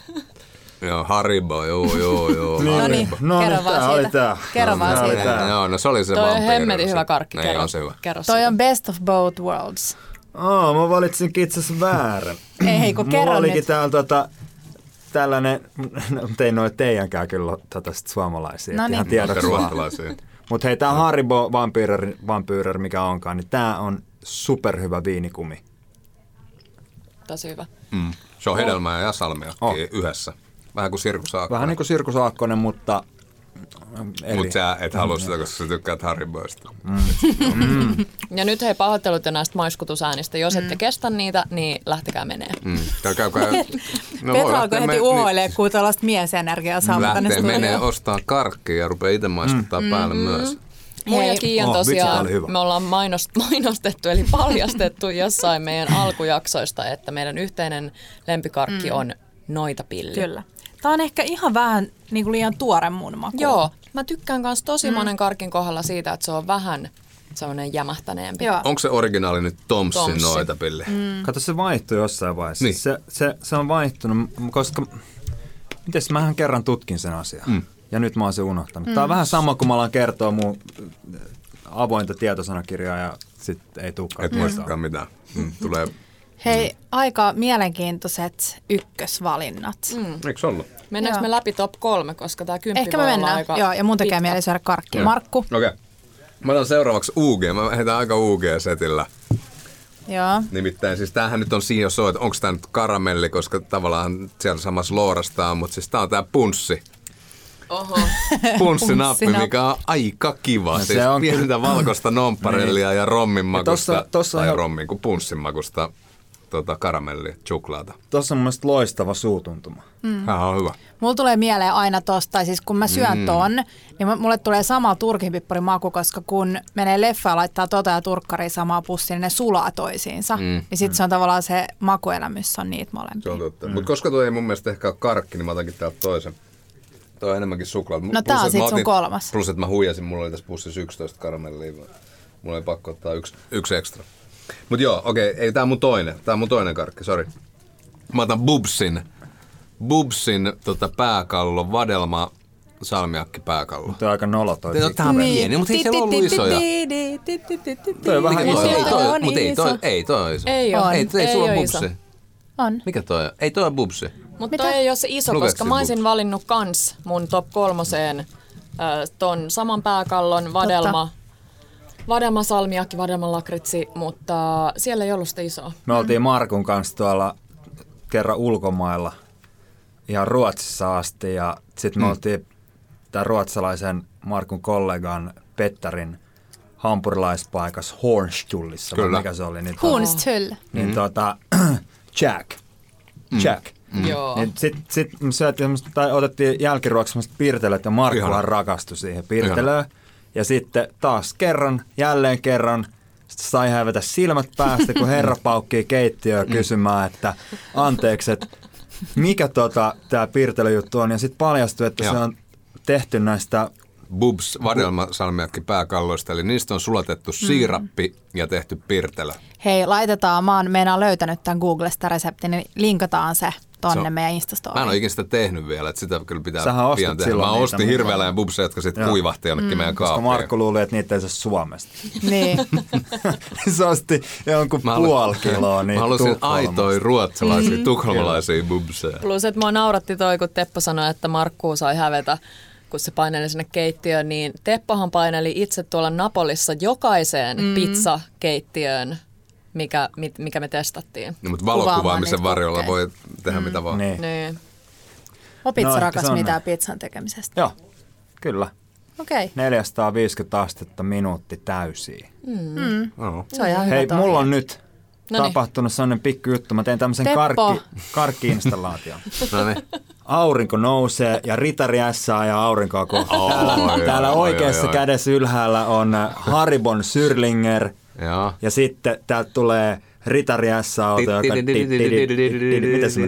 Speaker 3: Joo, joo hariba, joo, joo, joo.
Speaker 4: Niin.
Speaker 2: No
Speaker 3: hariba.
Speaker 2: niin,
Speaker 4: No
Speaker 2: kerro
Speaker 4: niin,
Speaker 2: vaan
Speaker 4: tää
Speaker 2: siitä.
Speaker 4: oli tää.
Speaker 2: Kerro
Speaker 4: No,
Speaker 2: vaan
Speaker 4: tää oli
Speaker 2: siitä.
Speaker 4: tää.
Speaker 3: Joo, no se oli se
Speaker 1: Toi on
Speaker 3: vampyyri.
Speaker 1: hemmetin hyvä karkki.
Speaker 3: Niin,
Speaker 1: kerro,
Speaker 3: on se hyvä.
Speaker 1: Kerro
Speaker 2: Toi
Speaker 1: siitä.
Speaker 2: on best of both worlds.
Speaker 4: Aa, mä valitsinkin itse asiassa väärän.
Speaker 2: Ei, hei, kun
Speaker 4: Mulla
Speaker 2: kerro
Speaker 4: olikin
Speaker 2: nyt.
Speaker 4: täällä tota, tällainen, no, mut ei noin teidänkään kyllä ole tota sit suomalaisia.
Speaker 2: No
Speaker 4: et Ihan
Speaker 2: niin.
Speaker 3: Olette
Speaker 4: tiedoksi vaan.
Speaker 3: ruotsalaisia.
Speaker 4: Mutta hei, tämä Haribo Vampyrer, Vampyrer, mikä onkaan, niin tämä on superhyvä viinikumi.
Speaker 1: Tosi hyvä.
Speaker 3: Mm. Se on
Speaker 2: Oh.
Speaker 3: hedelmää ja salmiakki
Speaker 4: On.
Speaker 3: yhdessä. Vähän kuin sirkusaakko.
Speaker 4: Oh. Vähän niin kuin Sirkus Aakkonen, mutta mm, eri. Mm.
Speaker 3: Mutta sä et halua sitä, koska sä tykkäät hariboista.
Speaker 1: Ja nyt hei pahoittelut jo näistä maiskutusäänistä. Jos mm. ette kestä niitä, niin lähtekää menee.
Speaker 3: Mm. Ja käykää... No
Speaker 2: Petra
Speaker 3: voi
Speaker 2: alkoi
Speaker 3: lähteä
Speaker 2: heti
Speaker 3: me-
Speaker 2: uhoilee, kun tuollaista miesenergiaa saa
Speaker 3: Niin,
Speaker 2: tänne
Speaker 3: lähtee menee
Speaker 2: studioon.
Speaker 3: ostaa karkkia ja rupeaa itse maistuttaa
Speaker 2: Mm.
Speaker 3: päälle
Speaker 2: Mm-hmm.
Speaker 3: myös.
Speaker 1: Mun ja
Speaker 2: Hei.
Speaker 1: Kiian
Speaker 4: Oh, vitsi, tää
Speaker 1: tosiaan
Speaker 4: oli hyvä.
Speaker 1: me ollaan mainost, mainostettu eli paljastettu jossain meidän alkujaksoista, että meidän yhteinen lempikarkki mm. on noita pilli.
Speaker 2: Kyllä. Tämä on ehkä ihan vähän niin kuin liian tuore mun makuun.
Speaker 1: Joo, mä tykkään myös tosi mm. monen karkin kohdalla siitä, että se on vähän semmoinen jämähtäneempi.
Speaker 2: Joo.
Speaker 3: Onko se originaali nyt Tomsin
Speaker 1: Tomssin.
Speaker 3: noita pilli?
Speaker 2: Mm.
Speaker 4: Kato, se vaihtui jossain vaiheessa.
Speaker 3: Niin.
Speaker 4: Niin. Se, se, se on vaihtunut, m- koska... Mites, mähän kerran tutkin sen asian. Mm. Ja nyt mä oon se unohtanut. Mm. Tää on vähän sama, kun mä alan kertoa mun äh, avointa tietosanakirjaa ja sit ei tulekaan.
Speaker 3: Et muistakaan mitään. Mm. Tulee...
Speaker 2: Hei, aika mielenkiintoiset ykkösvalinnat. Mm.
Speaker 3: Eikö ollut?
Speaker 1: Mennäänkö
Speaker 2: Joo.
Speaker 1: me läpi top kolme, koska tämä kymppi
Speaker 2: Ehkä
Speaker 1: voi
Speaker 2: me
Speaker 1: olla
Speaker 2: mennään.
Speaker 1: aika
Speaker 2: Joo, ja mun tekee
Speaker 1: pitkä.
Speaker 2: mieli syödä karkki. Markku,
Speaker 3: Okei. Okay. Mä otan seuraavaksi UG. Mä heitän aika UG-setillä.
Speaker 2: joo.
Speaker 3: Nimittäin siis tämähän nyt on siinä jo että onko tämä nyt karamelli, koska tavallaan siellä samassa loorastaan, mutta siis tää on tää punssi.
Speaker 1: Oho.
Speaker 3: Punssinappi,
Speaker 2: Punssinappi.
Speaker 3: mikä on aika kiva. No,
Speaker 4: se
Speaker 3: siis
Speaker 4: on Niin.
Speaker 3: pientä valkoista nompparellia ja rommin makusta,
Speaker 4: tossa- tossa
Speaker 3: tai
Speaker 4: on-
Speaker 3: rommin kuin punssin makusta tota, karamellia, chuklaata.
Speaker 4: Tuossa on mun mielestä loistava suutuntuma.
Speaker 3: Mm. Tämä on hyvä.
Speaker 2: Mulla tulee mieleen aina tosta, tai siis kun mä syön mm. ton, niin mu- mulle tulee sama turkinpippurin maku, koska kun menee leffaan laittaa tota ja turkkari samaa pussiin, niin ne sulaa toisiinsa. Mm. Niin sit se on tavallaan se makuelämys on niitä
Speaker 3: Se
Speaker 2: molempia.
Speaker 3: on totta. Mm. Mutta koska tuo ei mun mielestä ehkä ole karkki, niin mä otankin täältä toisen. Tuo on enemmänkin suklaata.
Speaker 2: No tää on sit sun kolmas.
Speaker 3: Plus, että mä huijasin, mulla oli tässä pussissa 11 karamellia. vaan Mulla oli pakko ottaa yksi, yksi ekstra. Mut joo, okei, ei tää on mun toinen. Tää on mun toinen karkki, sori. Mä otan Bubsin. Bubsin tota, pääkallo, vadelma, salmiakki pääkallo.
Speaker 4: Tuo on aika nolo toi.
Speaker 3: Niin, no, Tää on tää
Speaker 2: Niin.
Speaker 3: pieni, mutta ei siellä ollut isoja.
Speaker 4: Toi on vähän
Speaker 3: Mikä
Speaker 4: iso.
Speaker 3: toi on?
Speaker 2: Ei, toi on
Speaker 3: Mut ei, toi,
Speaker 2: iso.
Speaker 3: ei, toi on iso.
Speaker 1: Ei oo.
Speaker 2: On.
Speaker 3: Ei, ei,
Speaker 1: Ei
Speaker 3: sulla on
Speaker 2: niin,
Speaker 1: oo iso.
Speaker 3: Bubsi.
Speaker 2: On.
Speaker 3: Mikä toi on? Ei toi on Bubsi.
Speaker 1: Mutta toi ei ole se iso,
Speaker 3: Lukeeko
Speaker 1: koska
Speaker 3: se
Speaker 1: mä olisin
Speaker 3: bubs?
Speaker 1: valinnut kans mun top kolmoseen ö, ton saman pääkallon vadelma. Vadelma salmiakki, vadelma lakritsi, mutta siellä ei ollut sitä isoa.
Speaker 4: Me oltiin Markun kanssa tuolla kerran ulkomailla ihan Ruotsissa asti ja sitten me oltiin tämän ruotsalaisen Markun kollegan Pettarin hampurilaispaikassa Hornstullissa, vai
Speaker 3: Kyllä.
Speaker 4: mikä se oli, niin, tuota,
Speaker 2: Hunstyl.
Speaker 3: Mm.
Speaker 4: niin tuota, Jack. Jack.
Speaker 1: Mm. Joo.
Speaker 4: Niin sitten sit me syötiin, semmoista- tai otettiin jälkiruoksi semmoista piirtelöä, ja
Speaker 3: Ihana.
Speaker 4: Markkuhan rakastui siihen piirtelöön. Ja sitten taas kerran, jälleen kerran, sit sai hävetä silmät päästä, kun herra paukkii keittiöön
Speaker 3: Mm.
Speaker 4: kysymään, että anteeksi, että mikä tota, tämä piirtelöjuttu on. Ja sitten paljastui, että
Speaker 3: Joo.
Speaker 4: se on tehty näistä
Speaker 3: Bubs, vadelmasalmiakki pääkalloista, eli niistä on sulatettu
Speaker 2: Mm.
Speaker 3: siirappi ja tehty pirtelä.
Speaker 2: Hei, laitetaan, mä oon meinaan löytänyt tämän Googlesta reseptin, niin linkataan se tonne
Speaker 3: Se
Speaker 2: meidän
Speaker 3: on- Mä en ole
Speaker 2: Instastoriin.
Speaker 3: ikinä sitä tehnyt vielä, että sitä kyllä pitää
Speaker 4: Sähän ostit
Speaker 3: pian tehdä.
Speaker 4: silloin
Speaker 3: Mä
Speaker 4: niitä
Speaker 3: ostin
Speaker 4: mukaan.
Speaker 3: hirveellä ja bubseja, jotka sitten
Speaker 4: Joo.
Speaker 3: kuivahti
Speaker 2: Mm.
Speaker 3: jonnekin meidän
Speaker 4: koska
Speaker 3: kaappiin.
Speaker 4: Markku luuli, että niitä ei saa Suomesta.
Speaker 2: Niin.
Speaker 4: se osti jonkun
Speaker 3: Mä halu-
Speaker 4: puoli kiloa. Niin
Speaker 3: Mä halusin
Speaker 4: Tukholmasta.
Speaker 3: aitoja ruotsalaisia,
Speaker 2: Mm.
Speaker 3: tukholmalaisia bubseja.
Speaker 1: Plus, että mua nauratti toi, kun Teppo sanoi, että Markkuu sai hävetä, kun se paineli sinne keittiöön, niin Teppohan paineli itse tuolla Napolissa jokaiseen mm. pizzakeittiöön, mikä, mit, mikä me testattiin.
Speaker 3: No, mutta
Speaker 2: Kuvaamaan
Speaker 3: valokuvaamisen
Speaker 2: niitä Mm.
Speaker 3: varjolla
Speaker 2: kokkeja.
Speaker 3: voi tehdä mitä vaan.
Speaker 4: Niin.
Speaker 1: Niin.
Speaker 2: Opitko
Speaker 4: No,
Speaker 2: no,
Speaker 4: ehkä
Speaker 2: rakas
Speaker 4: se on
Speaker 2: mitään
Speaker 4: näin.
Speaker 2: pizzan tekemisestä?
Speaker 4: Joo, kyllä.
Speaker 2: Okei. Okay.
Speaker 4: 450 astetta minuutti täysiin.
Speaker 3: Joo.
Speaker 2: Se on ihan hyvä No
Speaker 4: Hei,
Speaker 2: toi.
Speaker 4: mulla on nyt
Speaker 1: Noniin.
Speaker 4: tapahtunut sellainen pikku juttu. Mä tein tämmöisen
Speaker 2: Teppo.
Speaker 4: karkki, karkkiinstallaation.
Speaker 3: No niin.
Speaker 4: Aurinko nousee ja ritari ässää ja aurinkoa kohti.
Speaker 3: Oi,
Speaker 4: Täällä,
Speaker 3: oi,
Speaker 4: täällä
Speaker 3: oi,
Speaker 4: oikeassa
Speaker 3: oi, oi.
Speaker 4: kädessä ylhäällä on äh, Haribon Syrlinger
Speaker 3: Joo.
Speaker 4: ja sitten täältä tulee Ritari S-auto, joka... Miten se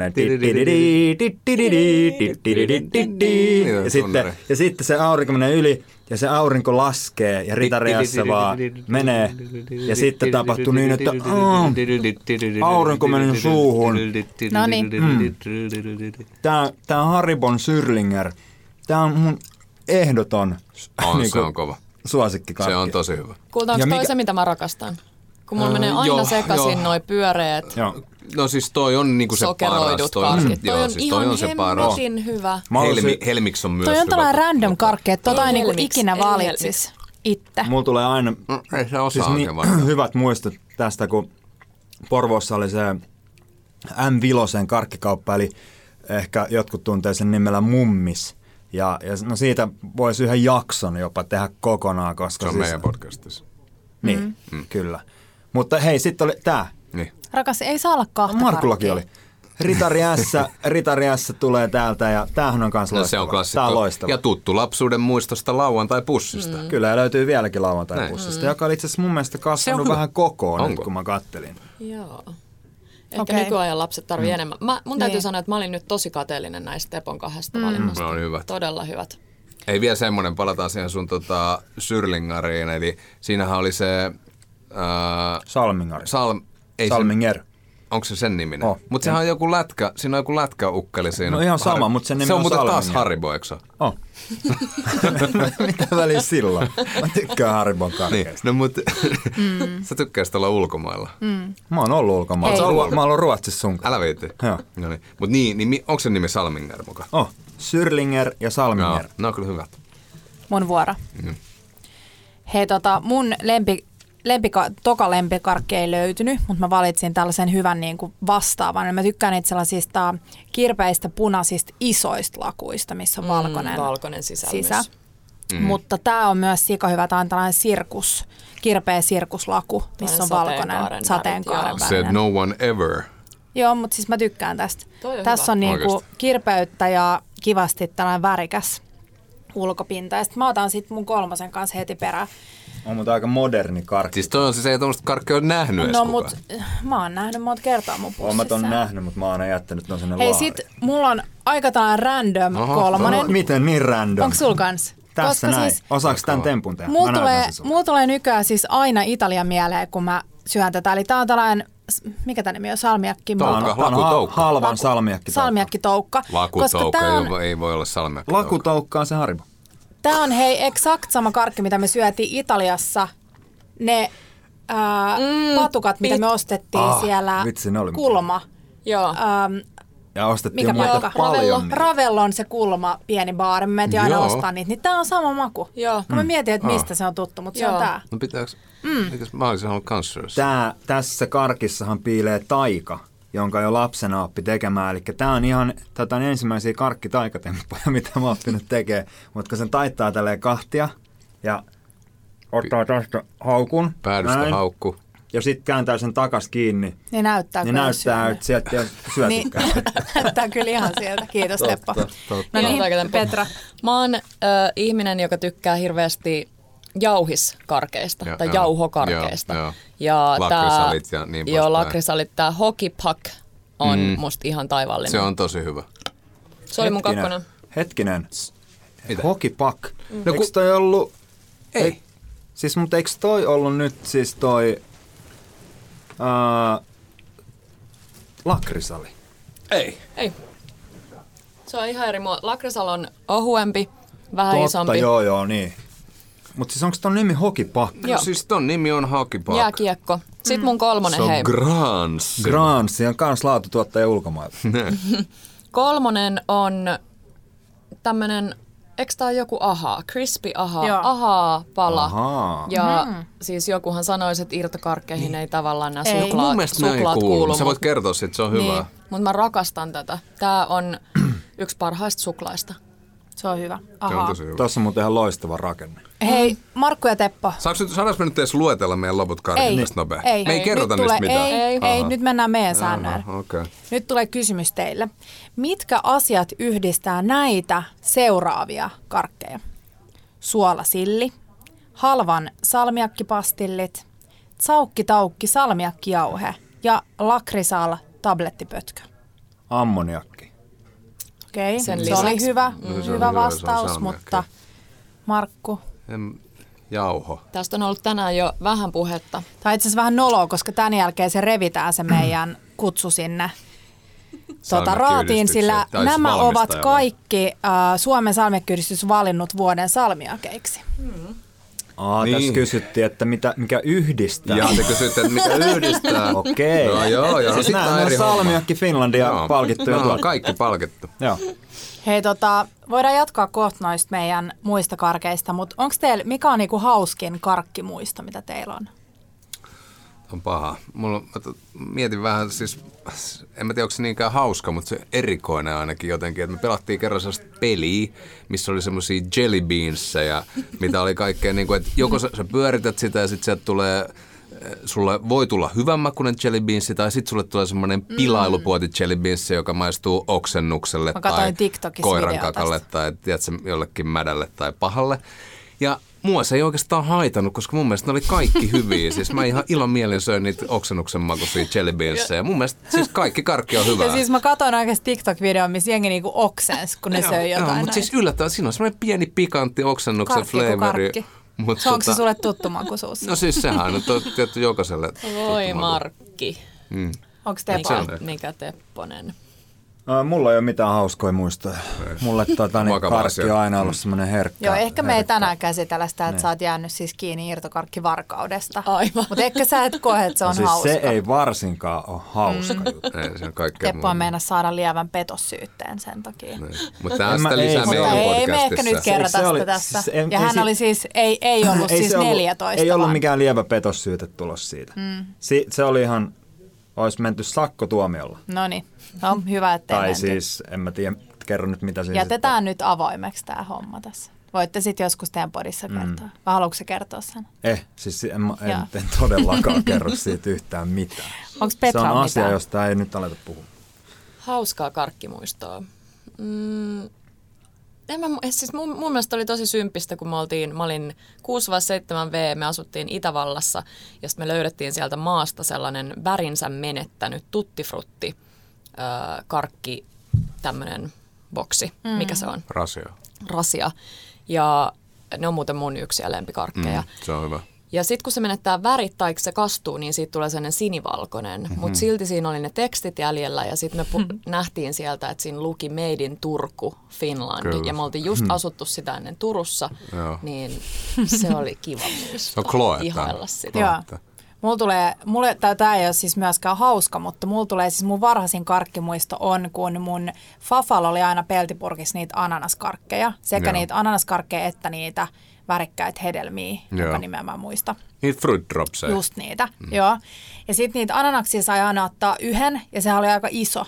Speaker 4: menee? Ja sitten, ja sitten se aurinko menee yli ja se aurinko laskee ja ritariassa vaan menee. Ja sitten tapahtuu niin, että aah, aurinko meni suuhun.
Speaker 2: No niin.
Speaker 4: Mm. Tämä, tämä Haribon Syrlinger, tämä on mun ehdoton
Speaker 3: On,
Speaker 4: niin
Speaker 3: se
Speaker 4: kuin,
Speaker 3: on kova.
Speaker 4: suosikki
Speaker 3: Se
Speaker 4: kaikki.
Speaker 3: on tosi hyvä.
Speaker 1: Kuulta, onko
Speaker 4: Ja
Speaker 1: mikä...
Speaker 4: mikä-
Speaker 1: toi se, mitä mä rakastan? Kun mulla
Speaker 3: Öö,
Speaker 1: menee aina
Speaker 3: joo, joo.
Speaker 1: sekaisin noi pyöreät,
Speaker 4: Joo.
Speaker 3: No siis toi on niinku se paras.
Speaker 1: sokeroidut
Speaker 3: Toi on,
Speaker 1: karkit. Toi
Speaker 3: joo,
Speaker 1: on
Speaker 3: siis toi
Speaker 1: ihan
Speaker 3: on se paras.
Speaker 1: hemmetin hyvä.
Speaker 4: Mä haluaisin-
Speaker 3: Helmi, Helmiks on myös
Speaker 2: Toi on
Speaker 3: hyvä.
Speaker 2: tällainen random karkki, että tota ei niinku
Speaker 1: Helmiksi,
Speaker 2: ikinä
Speaker 1: ei
Speaker 2: valitsis itse.
Speaker 4: Mulla tulee aina
Speaker 3: Mm, Ei se osaa
Speaker 4: siis
Speaker 3: siis
Speaker 4: niin,
Speaker 3: oikein varmaan.
Speaker 4: hyvät muistot tästä, kun Porvoossa oli se M. Vilosen karkkikauppa, eli ehkä jotkut tuntee sen nimellä Mummis. Ja, ja no siitä voisi yhden jakson jopa tehdä kokonaan,
Speaker 3: Se
Speaker 4: koska
Speaker 3: on
Speaker 4: siis,
Speaker 3: meidän podcastissa.
Speaker 4: Niin, mm. kyllä. Mutta hei, sitten oli tämä.
Speaker 3: Niin.
Speaker 2: Rakas, ei saa olla kahta
Speaker 4: Markullakin
Speaker 2: karkkia.
Speaker 4: oli. Ritari S, Ritari S tulee täältä ja tämähän on kans
Speaker 3: No
Speaker 4: loistava.
Speaker 3: se on
Speaker 4: Tää on
Speaker 3: klassikko.
Speaker 4: loistava.
Speaker 3: Ja tuttu lapsuuden muistosta lauantai-pussista. Mm.
Speaker 4: Kyllä, ja löytyy vieläkin lauantai
Speaker 3: Näin.
Speaker 4: pussista, joka oli itse asiassa mun mielestä kasvanut
Speaker 3: hyvä.
Speaker 4: vähän kokoon nyt,
Speaker 3: Onko?
Speaker 4: kun mä kattelin.
Speaker 1: Joo. Ehkä okay.
Speaker 2: Okei.
Speaker 1: nykyajan lapset tarvii mm. enemmän. Mä, mun täytyy
Speaker 2: Niin.
Speaker 1: sanoa, että mä olin nyt tosi kateellinen näistä Tepon kahdesta mm. valinnasta.
Speaker 3: Ne No, on hyvät.
Speaker 1: Todella hyvät.
Speaker 3: Ei vielä semmoinen, palataan siihen sun tota, Syrlingariin. Eli siinähän oli se... Ää,
Speaker 4: Salmingari.
Speaker 3: Salm, ei
Speaker 4: Salminger.
Speaker 3: Se, onko se sen niminen?
Speaker 4: Oh.
Speaker 3: Mutta sehän on joku lätkä, siinä on joku lätkäukkeli siinä.
Speaker 4: No ihan sama,
Speaker 3: Har-
Speaker 4: mut sen nimi
Speaker 3: Se on
Speaker 4: on
Speaker 3: muuten taas
Speaker 4: Salminger.
Speaker 3: Haribo, eikö se?
Speaker 4: Oh. Mitä väliä sillä on? Mä tykkään Haribon
Speaker 3: Niin,
Speaker 4: karkeista.
Speaker 3: no mut mm. sä tykkäisit olla ulkomailla. Mm.
Speaker 4: Mä oon ollut ulkomailla.
Speaker 2: Ei.
Speaker 4: Mä oon ollut- Mä oon ollut Ruotsissa sun kanssa.
Speaker 3: Älä viitti.
Speaker 4: Joo.
Speaker 3: No niin. Mut niin, niin onko se nimi Salminger muka?
Speaker 4: Oh, Syrlinger ja
Speaker 3: No,
Speaker 4: Salminger.
Speaker 3: no kyllä hyvät.
Speaker 2: Mun vuoro. Hei, tota, mun lempi, lempika, toka lempikarkki ei löytynyt, mutta mä valitsin tällaisen hyvän niin kuin vastaavan. Eli Mä tykkään niitä sellaisista kirpeistä, punaisista, isoista lakuista, missä on valkoinen,
Speaker 1: Mm. valkoinen sisällä
Speaker 2: sisä.
Speaker 1: myös.
Speaker 2: Mm. Mutta tämä on myös sika hyvä. Tämä on tällainen sirkus, kirpeä sirkuslaku, missä on valkoinen
Speaker 1: sateenkaaren
Speaker 2: sateenkaaren
Speaker 1: värit,
Speaker 3: Said
Speaker 2: värinen.
Speaker 3: no one ever.
Speaker 2: Joo, mutta siis mä tykkään tästä.
Speaker 1: Toi on
Speaker 2: Tässä
Speaker 1: hyvä.
Speaker 2: on niinku
Speaker 3: Oikeesti.
Speaker 2: kirpeyttä ja kivasti tällainen värikäs ulkopinta. Ja sit mä otan sit mun kolmosen kanssa heti perään.
Speaker 4: On mutta aika moderni karkki.
Speaker 3: Siis toi on siis, ei tuommoista karkkia ole nähnyt edes
Speaker 2: No
Speaker 3: kukaan.
Speaker 2: mut mä oon nähnyt monta kertaa mun pussissa.
Speaker 4: Oon mä ton nähnyt, mutta mä oon aina jättänyt ton sinne
Speaker 2: Hei
Speaker 4: laariin.
Speaker 2: sit mulla on aika tällainen random
Speaker 3: Oho,
Speaker 2: kolmonen.
Speaker 4: No, miten niin random?
Speaker 2: Onko sul kans?
Speaker 4: Tässä näin.
Speaker 2: siis
Speaker 4: Osaaks tämän tempun tehdä?
Speaker 2: Mulla
Speaker 4: Mä
Speaker 2: tulee,
Speaker 4: näytän sen sulle.
Speaker 2: mulla tulee nykyään siis aina Italian mieleen, kun mä syön tätä. Eli tää on tällainen, mikä tää nimi on, salmiakki.
Speaker 3: Toukka.
Speaker 4: Tää on-
Speaker 3: Laku
Speaker 4: tää on
Speaker 3: toukka.
Speaker 4: ha- halvan salmiakki.
Speaker 2: Salmiakki toukka. koska
Speaker 3: Lakutouka
Speaker 2: tää
Speaker 3: ei,
Speaker 2: on,
Speaker 3: voi- ei voi olla salmiakki.
Speaker 4: Lakutoukka on se Haribo.
Speaker 2: Tämä on hei eksakt sama karkki, mitä me syötiin Italiassa. Ne ää, mm, patukat, mitä me ostettiin
Speaker 4: Ah,
Speaker 2: siellä.
Speaker 4: vitsi, ne oli-
Speaker 2: kulma.
Speaker 1: Joo.
Speaker 2: Äm,
Speaker 4: Ja ostettiin
Speaker 2: mikä
Speaker 4: muita
Speaker 2: paikka?
Speaker 4: paljon. niitä.
Speaker 2: Ravello on se kulma, pieni baari. Me mentiin aina
Speaker 3: Joo.
Speaker 2: ostaa niitä. Niin tämä on sama maku.
Speaker 1: Joo.
Speaker 2: Kun mä mietin, että mistä se on tuttu, mutta se
Speaker 1: Joo.
Speaker 2: on tämä.
Speaker 3: No pitääks,
Speaker 2: Mm.
Speaker 3: mitäs mä olisin halunnut kans syödä sen.
Speaker 4: Tää, tässä karkissahan piilee taika, jonka jo lapsena oppi tekemään. Eli tämä on ihan tätä on ensimmäisiä karkkitaikatemppuja, mitä mä oon oppinut tekemään. Mutta kun sen taittaa tälleen kahtia ja ottaa tästä haukun.
Speaker 3: Päädystä
Speaker 4: näin,
Speaker 3: haukku.
Speaker 4: Ja sitten kääntää sen takas kiinni.
Speaker 2: Niin näyttää
Speaker 4: Niin
Speaker 2: kyllä
Speaker 4: näyttää,
Speaker 2: syönyt.
Speaker 4: että sieltä ei ole
Speaker 2: Niin,
Speaker 4: syötykään.
Speaker 2: näyttää kyllä ihan sieltä. Kiitos Teppo.
Speaker 3: totta.
Speaker 2: No
Speaker 1: Sanotaanko
Speaker 2: niin,
Speaker 1: temppu?
Speaker 2: Petra.
Speaker 1: Mä oon ö, ihminen, joka tykkää hirveästi jauhiskarkeista
Speaker 3: Joo,
Speaker 1: tai
Speaker 3: joo.
Speaker 1: jauhokarkeista.
Speaker 3: Joo, joo.
Speaker 1: Ja
Speaker 3: Lakrisalit
Speaker 1: tää,
Speaker 3: ja niin
Speaker 1: Joo,
Speaker 3: poispäin.
Speaker 1: lakrisalit. Tämä hockey puck on mm. musta ihan taivallinen.
Speaker 3: Se on tosi hyvä. No
Speaker 1: se oli mun
Speaker 4: Hetkinen.
Speaker 1: kakkonen.
Speaker 4: Hetkinen.
Speaker 3: Mitä?
Speaker 4: Hokipak. Mm. No,
Speaker 3: kun-
Speaker 4: eikö toi ollut...
Speaker 3: Ei.
Speaker 4: Eik- Siis, mutta eikö toi ollut nyt siis toi... Ää, lakrisali?
Speaker 3: Ei.
Speaker 1: Ei. Se on ihan eri muoto. Lakrisal on ohuempi, vähän isompi.
Speaker 4: joo joo, niin. Mutta siis onko ton nimi Hokipak?
Speaker 1: Joo.
Speaker 3: No siis ton nimi on Hakipak.
Speaker 1: Jääkiekko. Sitten
Speaker 2: Mm.
Speaker 1: mun kolmonen,
Speaker 3: Se on
Speaker 1: hei.
Speaker 3: Grans.
Speaker 4: Gransi on kans laatutuottaja ulkomailta.
Speaker 1: Kolmonen on tämmönen, eikö tää ole joku ahaa? Crispy ahaa,
Speaker 2: Joo. Mhm.
Speaker 1: ahaa pala.
Speaker 4: Ahaa.
Speaker 1: Ja mm. siis jokuhan sanoisi, että irtokarkkeihin ei tavallaan nämä
Speaker 2: Ei.
Speaker 1: suklaat,
Speaker 3: Niin. Mun mielestä näin
Speaker 1: suklaat
Speaker 3: kuuluu.
Speaker 1: kuulu.
Speaker 3: Sä voit kertoa sit, se on
Speaker 2: Niin.
Speaker 3: hyvä.
Speaker 1: mutta mä rakastan tätä. Tää on yksi parhaista suklaista.
Speaker 2: Se on hyvä.
Speaker 3: Se on
Speaker 2: Ahaa.
Speaker 3: tosi hyvä.
Speaker 4: Tuossa on muuten ihan loistava rakenne.
Speaker 2: Hei, Markku ja Teppo.
Speaker 3: Saanko, nyt- saadaanko me nyt edes luetella meidän loput karkit
Speaker 2: Ei.
Speaker 3: niistä nopeasti?
Speaker 2: Ei.
Speaker 3: Me ei
Speaker 2: Ei.
Speaker 3: kerrota
Speaker 2: nyt tulee,
Speaker 3: niistä mitään.
Speaker 2: Ei, ei, ei,
Speaker 3: Aha.
Speaker 2: nyt mennään meidän säännöillä.
Speaker 3: Aha, Okei.
Speaker 2: Nyt tulee kysymys teille. Mitkä asiat yhdistää näitä seuraavia karkkeja? Suolasilli, halvan salmiakkipastillit, tsaukki-taukki salmiakkijauhe ja lakrisal tablettipötkö.
Speaker 4: Ammoniakki.
Speaker 2: Okei, okay.
Speaker 1: Sen
Speaker 2: se
Speaker 1: lisäksi.
Speaker 2: oli hyvä,
Speaker 3: se on
Speaker 2: mm.
Speaker 3: hyvä, se
Speaker 2: hyvä
Speaker 3: on
Speaker 2: vastaus,
Speaker 3: salmiakki.
Speaker 2: mutta Markku,
Speaker 3: Em, jauho.
Speaker 1: Tästä on ollut tänään jo vähän puhetta.
Speaker 2: tai itse asiassa vähän noloa, koska tämän jälkeen se revitään se meidän kutsu sinne tota,
Speaker 3: Salmiakkiyhdistykseen.
Speaker 2: raatiin, sillä
Speaker 3: Tai siis
Speaker 2: nämä ovat
Speaker 3: valmistajalle.
Speaker 2: kaikki äh, Suomen salmiakkiyhdistys valinnut vuoden salmiakeiksi.
Speaker 4: Aa, niin.
Speaker 3: Niin.
Speaker 4: tässä kysyttiin, että mitä, mikä yhdistää.
Speaker 3: Ja te kysytte, että mikä yhdistää.
Speaker 4: Okei.
Speaker 3: No joo, joo.
Speaker 4: Siis
Speaker 3: Sitten
Speaker 4: nämä
Speaker 3: on
Speaker 4: on
Speaker 3: eri homma.
Speaker 4: Salmiakki Finlandia
Speaker 3: Joo.
Speaker 4: palkittuja.
Speaker 3: No,
Speaker 4: tuotteita.
Speaker 3: kaikki palkittu.
Speaker 4: Joo.
Speaker 2: Hei, tota, voidaan jatkaa kohta noista meidän muista karkeista, mutta onko teillä, mikä on niinku hauskin karkkimuisto, mitä teillä on?
Speaker 3: on paha. Mulla, on- mä tu- mietin vähän, siis en mä tiedä, onko se niinkään hauska, mutta se erikoinen ainakin jotenkin, että me pelattiin kerran sellaista peliä, missä oli semmoisia jelly beansseja, mitä oli kaikkea, niin kuin, että joko sä, sä pyörität sitä ja sitten sieltä tulee eh, sulle voi tulla hyvän makuinen jelly beans, tai sitten sulle tulee semmoinen
Speaker 2: Mm.
Speaker 3: pilailupuoti jelly beans, joka maistuu oksennukselle
Speaker 2: Mä
Speaker 3: tai
Speaker 2: katsoin TikTokissa
Speaker 3: koiran
Speaker 2: videota
Speaker 3: kakalle
Speaker 2: tästä.
Speaker 3: tai tiedätkö, jollekin mädälle tai pahalle. Ja mua se ei oikeastaan haitanut, koska mun mielestä ne oli kaikki hyviä. Siis mä ihan ilon mielin söin niitä oksennuksen makuisia jellybeansseja. Mun mielestä siis kaikki karkki on hyvää.
Speaker 2: Ja siis mä katsoin oikeasti TikTok-videon, missä jengi niinku oksens, kun ne söi jotain.
Speaker 3: mutta siis
Speaker 2: näitä.
Speaker 3: yllättävän, siinä on semmoinen pieni pikantti oksennuksen
Speaker 2: Karkki kuin
Speaker 3: flavori.
Speaker 2: karkki.
Speaker 3: Mut tota,
Speaker 2: se onko se sulle tuttu makuisuus?
Speaker 3: No siis sehän nyt on tietty jokaiselle.
Speaker 1: Voi
Speaker 3: tuttu maku.
Speaker 1: Markki.
Speaker 2: Onko
Speaker 3: Onks
Speaker 2: Teppo?
Speaker 3: se-
Speaker 1: Mikä, mikä Tepponen.
Speaker 4: Ää, Mulla ei ole mitään hauskoja muistoja. Mulle tota, niin
Speaker 3: Vakava
Speaker 4: karkki
Speaker 3: asia. Mm.
Speaker 4: on aina ollut semmoinen herkkä.
Speaker 2: Joo, ehkä me ei
Speaker 4: herkkä.
Speaker 2: tänään käsitellä sitä,
Speaker 4: Niin.
Speaker 2: että sä oot jäänyt siis kiinni irtokarkkivarkaudesta.
Speaker 1: Aivan.
Speaker 2: Mutta ehkä sä et koe, että se on
Speaker 4: siis
Speaker 2: hauska.
Speaker 4: se ei varsinkaan ole hauska mm. juttu.
Speaker 3: Ei, se on kaikkea
Speaker 2: Teppo on meinaa saada lievän petossyytteen sen
Speaker 4: Niin.
Speaker 2: takia.
Speaker 3: Mutta tämä
Speaker 4: En mä-
Speaker 3: Niin. sitä
Speaker 4: ei,
Speaker 3: lisää
Speaker 4: se
Speaker 2: Mutta
Speaker 3: meidän
Speaker 4: on-
Speaker 2: ei me ehkä nyt
Speaker 3: podcastissa.
Speaker 2: kerrata
Speaker 4: Se- se
Speaker 2: sitä
Speaker 4: oli-
Speaker 2: tässä.
Speaker 4: siis en-
Speaker 2: ja
Speaker 4: ei
Speaker 2: hän
Speaker 4: si-
Speaker 2: oli siis, ei, ei ollut
Speaker 4: Ei
Speaker 2: siis
Speaker 4: se ollut-
Speaker 2: 14
Speaker 4: Ei ollut
Speaker 2: vaan.
Speaker 4: mikään lievä petossyyte tulos siitä. Mm. Si- se oli ihan, olisi menty sakkotuomiolla.
Speaker 2: No niin, no, hyvä, ettei
Speaker 4: Tai
Speaker 2: menty.
Speaker 4: siis, en mä tiedä, kerro nyt mitä siinä
Speaker 2: Jätetään nyt avoimeksi tämä homma tässä. Voitte sitten joskus teidän podissa kertoa. Mm. Vai haluatko sä kertoa sen?
Speaker 4: sitten- Eh, siis en, mä- en,
Speaker 2: Joo.
Speaker 4: en todellakaan kerro siitä yhtään mitään.
Speaker 2: Onko Petra
Speaker 4: se on asia,
Speaker 2: mitään?
Speaker 4: josta ei nyt aleta puhua.
Speaker 1: Hauskaa karkkimuistoa. Mm, en mä, mu- eh, siis mun, mun mielestä oli tosi sympistä, kun me oltiin, mä olin 6 vai 7 V, me asuttiin Itävallassa ja sitten me löydettiin sieltä maasta sellainen värinsä menettänyt tuttifrutti öö, karkki tämmöinen boksi, mm. mikä se on,
Speaker 3: Rasio.
Speaker 1: rasia. Ja ne on muuten mun yksiä lempikarkkeja.
Speaker 3: Mm,
Speaker 1: Mm.
Speaker 3: se on hyvä.
Speaker 1: Ja sitten kun se menettää värit tai se kastuu, niin siitä tulee sellainen sinivalkoinen.
Speaker 3: Mhm.
Speaker 1: Mm-hmm. Mutta silti siinä oli ne tekstit jäljellä ja sitten me pu- nähtiin sieltä, että siinä luki Made in Turku, Finland.
Speaker 3: Kyllä. Mhm.
Speaker 1: Ja me oltiin just asuttu sitä ennen Turussa,
Speaker 3: Joo.
Speaker 1: niin se oli kiva muistaa.
Speaker 3: Se on kloetta.
Speaker 1: Ihailla sitä.
Speaker 3: Joo.
Speaker 2: Joo.
Speaker 3: että-
Speaker 2: Mulla tulee, mulle, tää, tää ei ole siis myöskään hauska, mutta mulla tulee siis mun varhaisin karkkimuisto on, kun mun Fafalla oli aina peltipurkissa niitä ananaskarkkeja. Sekä
Speaker 3: Joo.
Speaker 2: niitä ananaskarkkeja että niitä värikkäitä hedelmiä,
Speaker 3: Joo.
Speaker 2: joka nimeä mä en muista.
Speaker 3: Niitä fruit dropseja.
Speaker 2: Just niitä, mm. joo. Ja sitten niitä ananaksia sai aina ottaa yhden, ja sehän oli aika iso.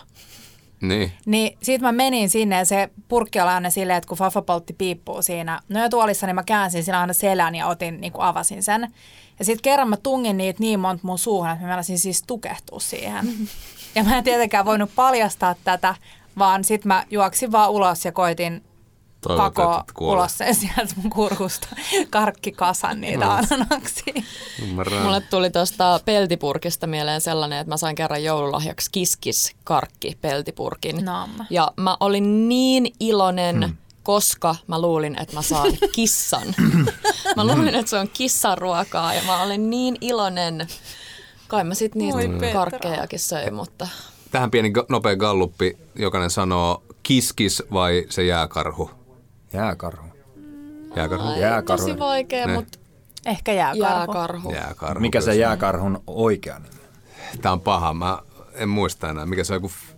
Speaker 3: Niin.
Speaker 2: Niin sit mä menin sinne ja se purkki oli aina silleen, että kun Fafa poltti piippuu siinä no ja tuolissa, niin mä käänsin siinä aina selän ja otin, niin kuin avasin sen. Ja sit kerran mä tungin niitä niin monta mun suuhun, että mä menisin siis tukehtua siihen. Ja mä en tietenkään voinut paljastaa tätä, vaan sit mä juoksin vaan ulos ja koitin
Speaker 3: Toivotaan,
Speaker 2: pakoa
Speaker 3: että et kuole.
Speaker 2: ulos sen sieltä mun kurkusta karkkikasan
Speaker 3: No.
Speaker 2: niitä ananaksia.
Speaker 3: Ymmärrän.
Speaker 1: Mulle tuli tuosta peltipurkista mieleen sellainen, että mä sain kerran joululahjaksi kiskis karkki peltipurkin.
Speaker 2: Nam.
Speaker 1: Ja mä olin niin iloinen, hmm. koska mä luulin, että mä saan kissan. mä luulin, että se on kissaruokaa ja mä olin niin iloinen. Kai mä sit niitä karkkejakin söin, mutta
Speaker 3: Tähän pieni ga- nopea galluppi, jokainen sanoo kiskis vai se jääkarhu?
Speaker 4: Jääkarhu.
Speaker 3: Jääkarhu.
Speaker 1: Ai,
Speaker 4: Jääkarhu.
Speaker 1: tosi vaikea,
Speaker 3: Ne.
Speaker 1: mutta
Speaker 2: Ehkä jääkarhu.
Speaker 1: jääkarhu.
Speaker 3: Jääkarhu.
Speaker 4: Mikä se
Speaker 3: kyllä.
Speaker 4: jääkarhun oikea nimi?
Speaker 3: Tää on paha, mä en muista enää. Mikä se on joku... f-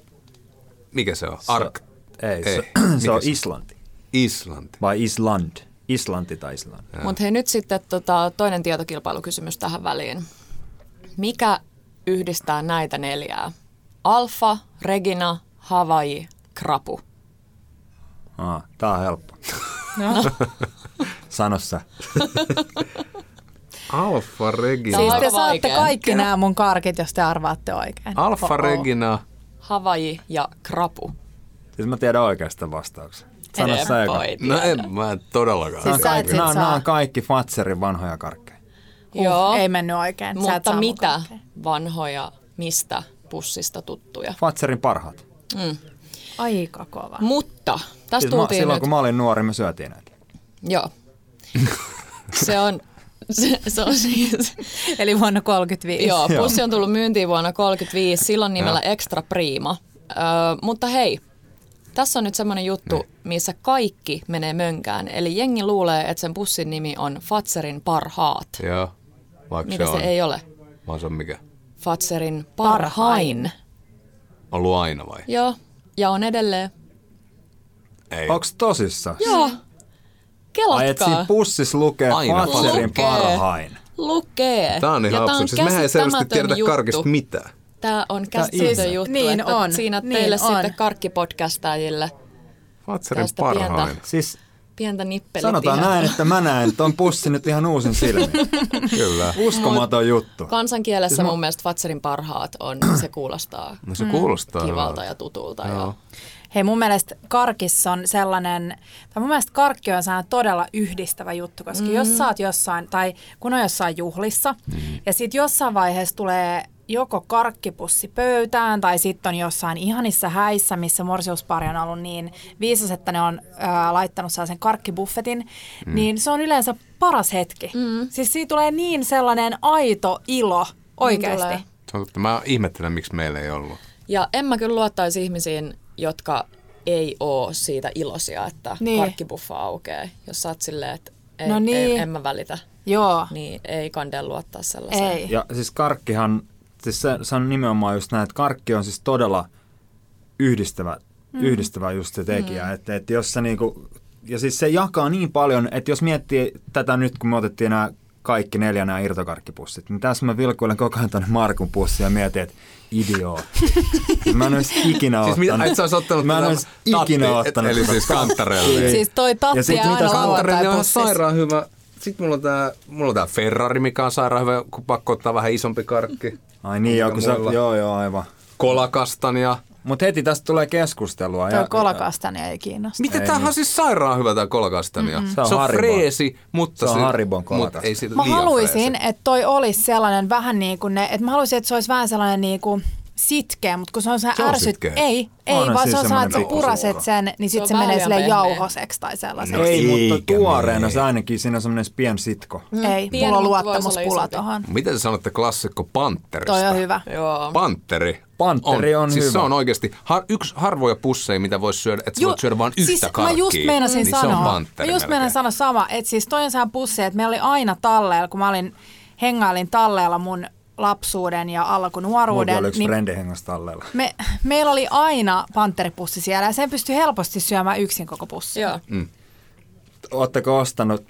Speaker 3: Mikä se on? Ark...
Speaker 4: Ei,
Speaker 3: Ei.
Speaker 4: se, se
Speaker 3: Mikä
Speaker 4: on
Speaker 3: se-
Speaker 4: Islanti.
Speaker 3: Islanti.
Speaker 4: Vai Island. Islanti tai Islanti.
Speaker 1: Mutta hei nyt sitten tota, toinen tietokilpailukysymys tähän väliin. Mikä yhdistää näitä neljää? Alfa, Regina, Hawaii, Krapu.
Speaker 4: Aa, tää on helppo.
Speaker 2: No.
Speaker 4: Sano sä.
Speaker 3: Alfa Regina.
Speaker 2: Siis te
Speaker 1: Aika
Speaker 2: saatte
Speaker 1: vaikea.
Speaker 2: kaikki nämä mun karkit, jos te arvaatte oikein.
Speaker 3: Alfa
Speaker 2: Oh-oh.
Speaker 3: Regina.
Speaker 1: Hawaii ja Krapu.
Speaker 4: Siis mä tiedän oikeasta vastauksen. Sano sä eka.
Speaker 1: Voi
Speaker 3: No
Speaker 1: tiedä.
Speaker 3: en mä en todellakaan.
Speaker 2: Siis sä et sit
Speaker 4: Nämä, nämä
Speaker 2: saa.
Speaker 4: on kaikki Fatserin vanhoja karkkeja.
Speaker 2: Uh,
Speaker 1: Joo,
Speaker 2: Joo. Ei mennyt oikein. Sä et
Speaker 1: mutta
Speaker 2: saa mun
Speaker 1: mitä
Speaker 2: kaikkea.
Speaker 1: vanhoja mistä pussista tuttuja.
Speaker 4: Fatserin parhaat.
Speaker 1: Mm.
Speaker 2: Aika kova.
Speaker 1: Mutta tästä
Speaker 4: Siis mä,
Speaker 1: tultiin
Speaker 4: silloin
Speaker 1: nyt.
Speaker 4: kun mä olin nuori, me syötiin näitä.
Speaker 1: Joo. se on, se, se on siis,
Speaker 2: Eli vuonna 35.
Speaker 1: joo,
Speaker 4: Joo.
Speaker 1: pussi on tullut myyntiin vuonna 35, silloin nimellä Extra Prima. Öö, mutta hei, tässä on nyt semmoinen juttu,
Speaker 3: Niin.
Speaker 1: missä kaikki menee mönkään. Eli jengi luulee, että sen pussin nimi on Fatserin parhaat,
Speaker 3: Joo, vaikka
Speaker 1: mitä
Speaker 3: se
Speaker 1: se
Speaker 3: on.
Speaker 1: ei ole.
Speaker 3: Vaan se on mikä?
Speaker 1: Fatserin parhain.
Speaker 3: Ollut aina vai?
Speaker 1: Joo, ja on edelleen.
Speaker 3: Ei.
Speaker 4: Onks tosissaan?
Speaker 1: Joo,
Speaker 4: Ai et siinä
Speaker 1: kelatkaa.
Speaker 4: pussissa lukee
Speaker 3: Aina.
Speaker 4: Fatserin
Speaker 1: Lukee.
Speaker 4: parhain.
Speaker 1: Lukee.
Speaker 3: Tämä on ihan
Speaker 1: ja tää
Speaker 3: absurdi. Siis mehän ei selvästi
Speaker 1: käsittämätön
Speaker 3: tiedetä
Speaker 1: juttu.
Speaker 3: karkista mitään.
Speaker 1: Tämä on
Speaker 4: ihme.
Speaker 1: käsittämätön juttu,
Speaker 2: Niin
Speaker 1: että
Speaker 2: on,
Speaker 1: siinä
Speaker 2: niin
Speaker 1: teille
Speaker 2: on.
Speaker 1: sitten karkkipodcastajille
Speaker 3: Fatserin
Speaker 1: Tästä pientä.
Speaker 3: parhain.
Speaker 4: Siis
Speaker 1: pientä nippeliä.
Speaker 4: sanotaan näin, että mä näen ton pussin nyt ihan uusin silmin.
Speaker 3: Kyllä.
Speaker 4: Uskomaton juttu.
Speaker 3: Siis
Speaker 1: Kansankielessä mun mielestä Fatserin parhaat on, se kuulostaa
Speaker 3: No se kuulostaa
Speaker 1: Mm. kivalta
Speaker 3: hyvältä.
Speaker 1: ja tutulta.
Speaker 3: Joo.
Speaker 1: Ja,
Speaker 2: Hei, mun mielestä karkissa on sellainen, tai mun mielestä karkki on sellainen todella yhdistävä juttu, koska mm. jos sä oot jossain, tai kun on jossain juhlissa, mm. ja sit jossain vaiheessa tulee joko karkkipussi pöytään, tai sitten on jossain ihanissa häissä, missä morsiuspari on ollut niin viisas, että ne on ää, laittanut sellaisen karkkibuffetin, mm. niin se on yleensä paras hetki. Mm. Siis siitä tulee niin sellainen aito ilo oikeasti.
Speaker 1: tulee.
Speaker 3: Se on totta. Mä ihmettelen, miksi meillä ei ollut.
Speaker 1: ja en mä kyllä luottaisi ihmisiin, jotka ei oo siitä iloisia, että
Speaker 2: Niin.
Speaker 1: niin. karkkibuffa aukeaa. Jos sä oot silleen, että ei,
Speaker 2: No niin.
Speaker 1: ei, en mä välitä,
Speaker 2: Joo,
Speaker 1: niin ei kandel luottaa sellaiseen.
Speaker 2: ei.
Speaker 4: Ja siis karkkihan, siis se, se on nimenomaan just näin, että karkki on siis todella yhdistävä, mm. yhdistävä just se tekijä. Mm. Että, että jos se niinku, ja siis se jakaa niin paljon, että jos miettii tätä nyt, kun me otettiin nämä kaikki neljä nämä irtokarkkipussit, niin tässä mä vilkuilen koko ajan tänne Markun pussiin ja mietin, että idioo. mä en olisi ikinä
Speaker 3: Siis mitä,
Speaker 4: ottanut.
Speaker 3: et sä ois ottanut
Speaker 4: mä en
Speaker 3: tätä
Speaker 4: olisi ikinä
Speaker 3: tatti-
Speaker 4: ottanut.
Speaker 3: Eli
Speaker 4: tätä
Speaker 3: siis kantarelle.
Speaker 4: Ei.
Speaker 2: Siis toi
Speaker 4: Ja
Speaker 2: tatti
Speaker 4: sit
Speaker 2: ja
Speaker 4: mitä
Speaker 2: aina
Speaker 3: Kantarelli on ihan
Speaker 2: lauantai-pussissa.
Speaker 3: sairaan hyvä. Sitten mulla on tää, mulla on tää Ferrari, mikä on sairaan hyvä, kun pakko ottaa vähän isompi karkki.
Speaker 4: Ai niin, joo, kun sä,
Speaker 3: Mulla.
Speaker 4: joo, joo, aivan.
Speaker 3: Kolakastania.
Speaker 4: Mutta heti tästä tulee keskustelua.
Speaker 2: Tuo kolakastani ei kiinnosta.
Speaker 3: Mitä
Speaker 4: Ei
Speaker 3: tämähän
Speaker 4: niin.
Speaker 3: on siis sairaan hyvä tää kolakastania. Mm-hmm.
Speaker 4: Se on Haribon.
Speaker 3: freesi, mutta
Speaker 4: Se on
Speaker 3: se-
Speaker 4: Haribon
Speaker 3: mut
Speaker 4: kolakastania.
Speaker 3: ei siitä
Speaker 2: Mä
Speaker 3: liian
Speaker 2: haluaisin,
Speaker 3: freesi.
Speaker 2: että toi olisi sellainen vähän niin kuin ne, että mä haluaisin, että se olisi vähän sellainen niin kuin sitkeä, mutta kun se on se,
Speaker 3: Se on
Speaker 2: ärsyt,
Speaker 3: sitkeä.
Speaker 2: ei, ei,
Speaker 4: Onhan
Speaker 2: vaan
Speaker 4: siis
Speaker 2: se on sellainen, että sä
Speaker 4: semmoinen
Speaker 2: puraset
Speaker 4: pikkusukka.
Speaker 2: sen, niin
Speaker 1: on
Speaker 2: sitten se, menee
Speaker 1: vähän
Speaker 2: sille
Speaker 1: pehmeä.
Speaker 2: jauhoseksi tai
Speaker 3: Niin.
Speaker 2: sellaiseksi.
Speaker 4: Ei, niin. mutta
Speaker 3: Eikä
Speaker 4: tuoreena
Speaker 3: mene.
Speaker 4: se ainakin siinä on semmoinen pieni sitko.
Speaker 2: Mm, ei,
Speaker 1: pieni,
Speaker 2: mulla
Speaker 1: mutta
Speaker 2: on
Speaker 1: voisi olla
Speaker 2: luottamuspula
Speaker 1: isompi.
Speaker 2: tohon.
Speaker 3: Mitä te sanotte klassikko Panterista?
Speaker 2: Toi on hyvä.
Speaker 1: Joo.
Speaker 3: Panteri.
Speaker 4: Panteri on
Speaker 3: siis
Speaker 4: hyvä.
Speaker 3: se on oikeasti har, yksi harvoja pusseja, mitä voisi syödä, että sä
Speaker 2: Ju-
Speaker 3: voit syödä vain yhtä
Speaker 2: siis
Speaker 3: karkkia.
Speaker 2: Mä just meinasin
Speaker 3: niin
Speaker 2: sanoa,
Speaker 3: se on panteri
Speaker 2: mä just meinasin
Speaker 3: melkein.
Speaker 2: sanoa sama, että siis toi on sehän pussi, että meillä oli aina talleella, kun mä olin, hengailin talleella mun lapsuuden ja
Speaker 4: Mulla
Speaker 2: alkunuoruuden,
Speaker 4: oli yksi
Speaker 2: niin
Speaker 4: frendi hengas talleella.
Speaker 2: Me, meillä oli aina panteripussi siellä ja sen pystyi helposti syömään yksin koko pussi.
Speaker 1: Joo.
Speaker 3: Mm.
Speaker 4: Ootteko ostanut,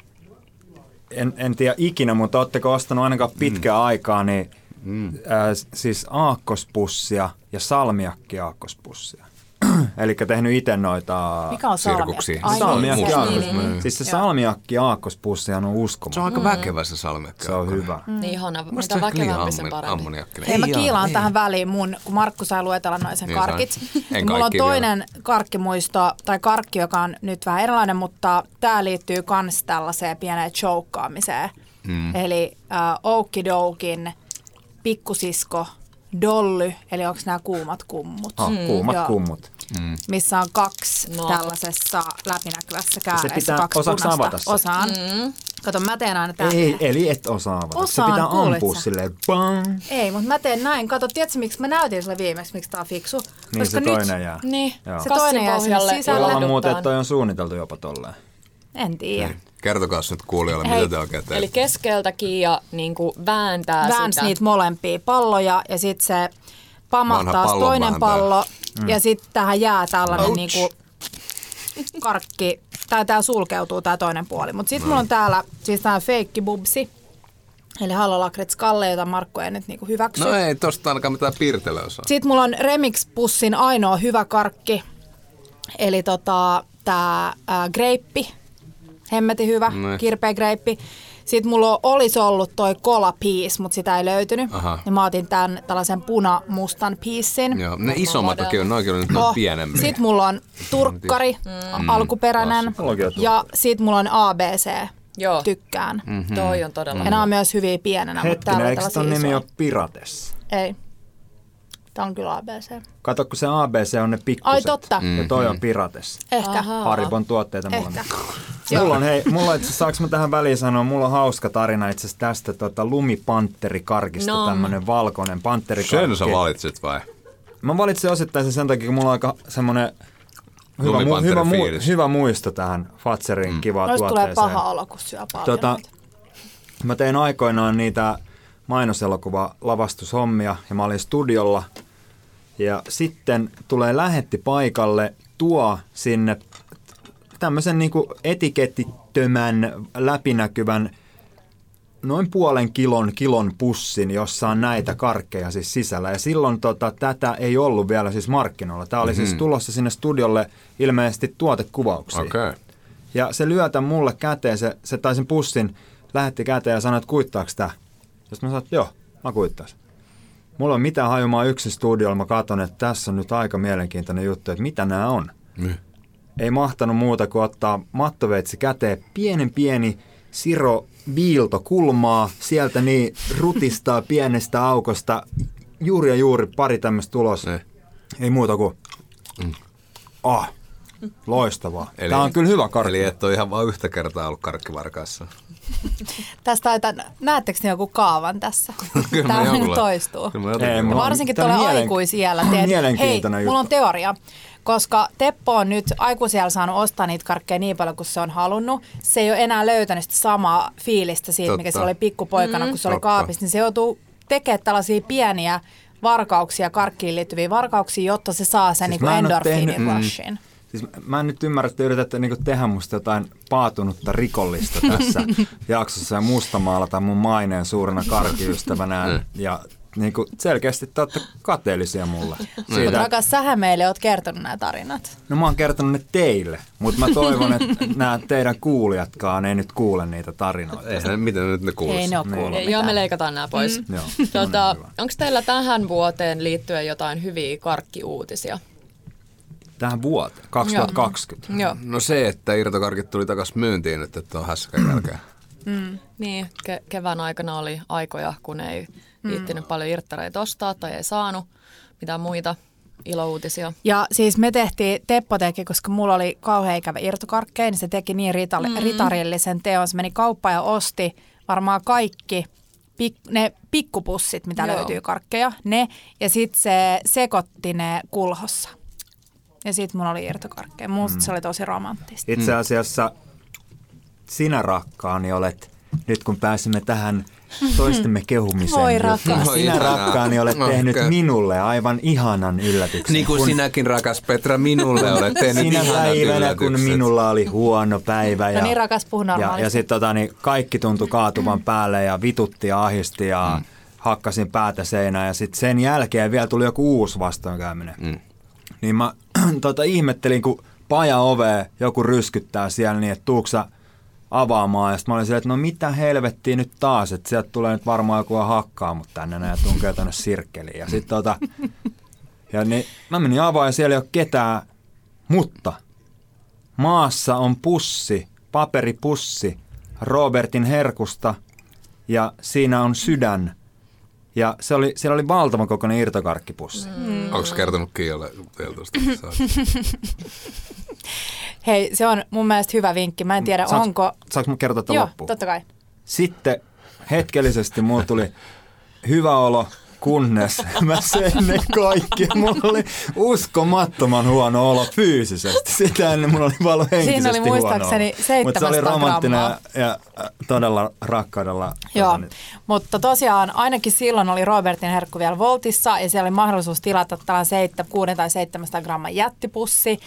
Speaker 4: en, en tiedä ikinä, mutta ootteko ostanut ainakaan pitkään aikaa, niin mm. ää, s- siis aakkospussia ja salmiakki aakkospussia. Eli tehnyt itse noita...
Speaker 2: Mikä on
Speaker 3: Sirkuksi.
Speaker 2: salmiakki? Ai
Speaker 4: salmiakki
Speaker 2: niin, se-
Speaker 3: Salmiakki.
Speaker 2: niin, niin.
Speaker 3: Mm.
Speaker 4: Siis se salmiakki aakkospussia on
Speaker 3: Se on
Speaker 4: uskomaton.
Speaker 3: aika väkevä se salmiakki.
Speaker 4: Se on hyvä.
Speaker 2: Mm,
Speaker 1: Niin ihana,
Speaker 3: Musta
Speaker 1: mitä
Speaker 3: se on liian
Speaker 1: väkevämpi sen
Speaker 3: ammo-
Speaker 1: parempi.
Speaker 3: ammoniakkinen.
Speaker 2: Hei, mä
Speaker 3: Ei oo,
Speaker 2: kiilaan
Speaker 3: ei.
Speaker 2: tähän väliin mun, kun Markku sai luetella noin sen
Speaker 3: Niin
Speaker 2: karkit.
Speaker 3: sain. En
Speaker 2: Niin mulla on
Speaker 3: kaikki vielä.
Speaker 2: toinen karkkimuisto, tai karkki, joka on nyt vähän erilainen, mutta tämä liittyy kans tällaiseen pieneen choukkaamiseen.
Speaker 3: Hmm.
Speaker 2: Mm. Eli äh, Okidokin pikkusisko Dolly, eli onko nämä kuumat kummut?
Speaker 4: Ah, kuumat
Speaker 2: mm, Joo.
Speaker 4: kummut.
Speaker 2: missä on kaksi no.
Speaker 1: No.
Speaker 2: tällaisessa läpinäkyvässä kääreessä.
Speaker 4: Se pitää-
Speaker 2: kaksi
Speaker 4: osaaks
Speaker 2: punaista.
Speaker 4: avata se?
Speaker 2: Osaan. Mm. Kato, mä teen aina tälleen.
Speaker 4: Ei, eli et osaa avata.
Speaker 2: Osaan,
Speaker 4: se pitää
Speaker 2: kuulit
Speaker 4: ampua
Speaker 2: sä?
Speaker 4: silleen bang.
Speaker 2: Ei, mutta mä teen näin. Kato, tiedätkö, miksi mä näytin sille viimeksi, miksi tää on fiksu?
Speaker 4: Niin se toinen jää.
Speaker 1: Niin,
Speaker 4: Joo.
Speaker 2: Se toinen jää
Speaker 1: Kassin
Speaker 2: sinne
Speaker 1: pohjalle
Speaker 2: sisälle.
Speaker 4: Tavallaan
Speaker 1: ladutaan.
Speaker 4: muuten, että toi on suunniteltu jopa tolleen.
Speaker 2: En
Speaker 4: Niin.
Speaker 2: tiedä.
Speaker 3: Kertokaa nyt kuulijoille,
Speaker 1: Hei,
Speaker 3: mitä te oikein teette.
Speaker 1: Eli keskeltä Kiia niin kuin vääntää
Speaker 2: Väänsi
Speaker 1: sitä.
Speaker 2: niitä molempia palloja ja sitten se
Speaker 3: Vanha
Speaker 2: pamahtaa
Speaker 3: pallon
Speaker 2: toinen
Speaker 3: vääntäjä.
Speaker 2: pallo mm. ja sitten tähän jää tällainen niinku karkki, tai tämä sulkeutuu tämä toinen puoli. Mutta sitten
Speaker 3: Mm.
Speaker 2: mulla on täällä siis tämä feikki bubsi, eli Hallolakret Skalle, jota Markku ei nyt niinku hyväksy.
Speaker 3: No ei, tosta ainakaan mitään piirtelöä osaa.
Speaker 2: Sitten mulla on Remix-pussin ainoa hyvä karkki, eli tota, tämä greippi, hemmeti hyvä,
Speaker 3: Ne.
Speaker 2: kirpeä greippi. Sitten mulla olisi ollut toi kola piis, mutta sitä ei löytynyt.
Speaker 3: Aha.
Speaker 2: Ja mä otin tämän tällaisen puna-mustan piissin.
Speaker 3: Joo, no ne isommat toki on, noikin on nyt
Speaker 2: Oh,
Speaker 3: noin pienempiä.
Speaker 2: Sitten mulla on turkkari, mm. alkuperäinen.
Speaker 4: Mullakin on turkkari.
Speaker 2: Ja sitten mulla on ABC,
Speaker 1: Joo,
Speaker 2: tykkään. Mm.
Speaker 3: Mm-hmm.
Speaker 1: toi on todella
Speaker 2: Ja nämä on myös hyviä pienenä, mutta
Speaker 4: Hetkinen,
Speaker 2: täällä on
Speaker 4: eikö ton
Speaker 2: tällaisia
Speaker 4: nimi
Speaker 2: isoja.
Speaker 4: ole Pirates?
Speaker 2: Ei. Tämä on kyllä ABC.
Speaker 4: Kato, kun se ABC on ne pikkuset.
Speaker 2: Ai totta.
Speaker 4: Ja toi
Speaker 3: Mhm.
Speaker 4: on Pirates.
Speaker 2: Ehkä.
Speaker 1: Aha.
Speaker 4: Haribon tuotteita mulla.
Speaker 2: Ehkä.
Speaker 4: Mulla on, hei, mulla itse asiassa, saanko mä tähän väliin sanoa, mulla on hauska tarina itse asiassa tästä tota, lumipantterikarkista,
Speaker 1: No.
Speaker 4: no. tämmönen valkoinen pantterikarkki.
Speaker 3: Sen sä valitsit vai?
Speaker 4: Mä valitsin osittain sen sen takia, kun mulla on aika semmoinen hyvä, mu-
Speaker 3: Lumipanteri
Speaker 4: hyvä, mu-
Speaker 3: fiilis.
Speaker 4: hyvä muisto tähän Fatserin mm. kivaa
Speaker 2: Noista tulee
Speaker 4: tuotteeseen.
Speaker 2: paha olo, kun syö paljon.
Speaker 4: Tota,
Speaker 2: Tota,
Speaker 4: Mä tein aikoinaan niitä mainoselokuva lavastushommia ja mä olin studiolla. Ja sitten tulee lähetti paikalle, tuo sinne tämmöisen niinku etikettittömän, läpinäkyvän, noin puolen kilon kilon pussin, jossa on näitä karkkeja siis sisällä. Ja silloin tota, tätä ei ollut vielä siis markkinoilla. Tämä oli mm-hmm. siis tulossa sinne studiolle ilmeisesti tuotekuvauksiin.
Speaker 3: Okei. Okay.
Speaker 4: Ja se lyötä mulle käteen, se, se tai sen pussin lähetti käteen ja sanoi, että kuittaako tää? Jos mä sanoin, että joo, mä kuittaan. sen. Mulla on mitään hajumaa yksin studiolla, mä katson, että tässä on nyt aika mielenkiintoinen juttu, että mitä nämä on.
Speaker 3: Niin.
Speaker 4: Ei mahtanut muuta kuin ottaa mattoveitsi käteen, pienen pieni siro viilto kulmaa, sieltä niin rutistaa pienestä aukosta juuri ja juuri pari tämmöistä ulos.
Speaker 3: Ne.
Speaker 4: Ei muuta kuin, ah, loistavaa.
Speaker 3: Eli-
Speaker 4: Tää on kyllä hyvä karkki.
Speaker 3: Eli et ole ihan vaan yhtä kertaa ollut karkkivarkaassa.
Speaker 2: Tästä taitaa, näettekö ne joku kaavan tässä?
Speaker 3: Kyllä
Speaker 2: Tämä
Speaker 3: mä
Speaker 2: aina
Speaker 3: joku-
Speaker 2: toistuu.
Speaker 3: Kyllä mä jotenkin-
Speaker 4: Ei, mulla-
Speaker 2: Varsinkin
Speaker 4: Tää on
Speaker 2: tuolla
Speaker 4: mielen-
Speaker 2: aikuisiällä. Teet, hei,
Speaker 4: mielenkiintoinen juttu.
Speaker 2: mulla on teoria. Koska Teppo on nyt aikuisiällä saanut ostaa niitä karkkeja niin paljon kuin se on halunnut. Se ei ole enää löytänyt sitä samaa fiilistä siitä, mikä
Speaker 3: Totta.
Speaker 2: se oli pikkupoikana, mm. kun se oli
Speaker 3: Totta.
Speaker 2: kaapissa. Niin se joutuu tekemään tällaisia pieniä varkauksia, karkkiin liittyviä varkauksia, jotta se saa sen siis
Speaker 4: mä
Speaker 2: niin
Speaker 4: en oo
Speaker 2: endorfiinin
Speaker 4: tehnyt- mm.
Speaker 2: rushin.
Speaker 4: Siis mä- mä en nyt ymmärrä, että te yritätte niinku tehdä musta jotain paatunutta rikollista tässä jaksossa ja mustamaalata mun maineen suurena karkiystävänä.
Speaker 3: Niin.
Speaker 4: ja niinku selkeästi te olette kateellisia mulle.
Speaker 3: Niin.
Speaker 2: Mutta
Speaker 4: Siitä,
Speaker 2: rakas, sähän meille oot kertonut nämä tarinat.
Speaker 4: no mä oon kertonut ne teille, mutta mä toivon, että nämä teidän kuulijatkaan ei nyt kuule niitä tarinoita.
Speaker 3: Eihän ne, miten ne nyt ne kuulisi?
Speaker 2: Ei ne ole kuullut
Speaker 1: Joo,
Speaker 2: mitään.
Speaker 1: me leikataan nämä pois. Mm.
Speaker 4: Joo,
Speaker 1: Tota,
Speaker 4: on hyvä.
Speaker 1: Onko teillä tähän vuoteen liittyen jotain hyviä karkkiuutisia?
Speaker 4: Tähän vuoteen, 2020.
Speaker 1: Joo,
Speaker 3: No se, että irtokarkit tuli takas myyntiin nyt, että on hässäkän jälkeen.
Speaker 1: niin. Ke- kevään aikana oli aikoja, kun ei viittinyt paljon irttareita ostaa tai ei saanut mitään muita ilouutisia.
Speaker 2: Ja siis me tehtiin, Teppo teki, koska mulla oli kauhean ikävä irtokarkkeja, niin se teki niin rital- mm. ritarillisen teon. Se meni kauppaan ja osti varmaan kaikki pik- ne pikkupussit, mitä
Speaker 1: Joo.
Speaker 2: Joo. löytyy karkkeja, ne. Ja sitten se sekoitti ne kulhossa. Ja sitten mulla oli irtokarkkeja. Musta mm. se oli tosi romanttista.
Speaker 4: Itse
Speaker 3: Hmm.
Speaker 4: asiassa sinä rakkaani olet, nyt kun pääsemme tähän toistemme kehumiseen.
Speaker 2: Voi
Speaker 4: niin
Speaker 2: rakas.
Speaker 3: Hmm. Voi
Speaker 4: Sinä
Speaker 3: ihanaa.
Speaker 4: rakkaani olet
Speaker 3: No,
Speaker 4: tehnyt
Speaker 3: kyllä.
Speaker 4: minulle aivan ihanan yllätyksen.
Speaker 3: Niin kuin
Speaker 4: kun
Speaker 3: sinäkin, rakas Petra, minulle olet tehnyt
Speaker 4: Sinä
Speaker 3: ihanat
Speaker 4: päivänä, kun
Speaker 3: yllätykset.
Speaker 4: minulla oli huono päivä. Ja,
Speaker 2: No niin, rakas, puhu
Speaker 4: ja,
Speaker 2: normaalisti. Mm.
Speaker 4: ja sitten tota, niin kaikki tuntui kaatuvan päälle ja vitutti ja ahisti ja mm. hakkasin päätä seinään. Ja sitten sen jälkeen vielä tuli joku uusi vastoinkäyminen. Mm. Niin mä tota, ihmettelin, kun paja ovee joku ryskyttää siellä niin, että tuuksa avaamaan. Ja sitten mä olin silleen, että no mitä helvettiä nyt taas, että sieltä tulee nyt varmaan joku ja hakkaa mut tänne näin ja tunkee tänne sirkkeliin. Ja sitten tota, ja niin, mä menin avaan ja siellä ei ole ketään, mutta maassa on pussi, paperipussi Robertin herkusta ja siinä on sydän. Ja se oli, siellä oli valtavan kokoinen irtokarkkipussi. Mm.
Speaker 3: Onko kertonut Kiialle vielä tuosta?
Speaker 2: Hei, se on mun mielestä hyvä vinkki. Mä en tiedä, onko...
Speaker 4: Saanko mä kertoa tämän
Speaker 2: Joo,
Speaker 4: loppuun?
Speaker 2: totta kai.
Speaker 4: Sitten hetkellisesti mulla tuli hyvä olo, kunnes mä sen ne kaikki. Mulla oli uskomattoman huono olo fyysisesti. Sitä ennen mulla oli paljon henkisesti
Speaker 2: oli muistaakseni
Speaker 4: huono olo. Mutta se oli
Speaker 2: 700
Speaker 4: romanttinen ja,
Speaker 2: grammaa.
Speaker 4: ja äh, todella rakkaudella.
Speaker 2: Joo,
Speaker 4: niin,
Speaker 2: mutta tosiaan ainakin silloin oli Robertin herkku vielä Voltissa ja siellä oli mahdollisuus tilata tällainen 7, 6 tai 700 gramman jättipussi.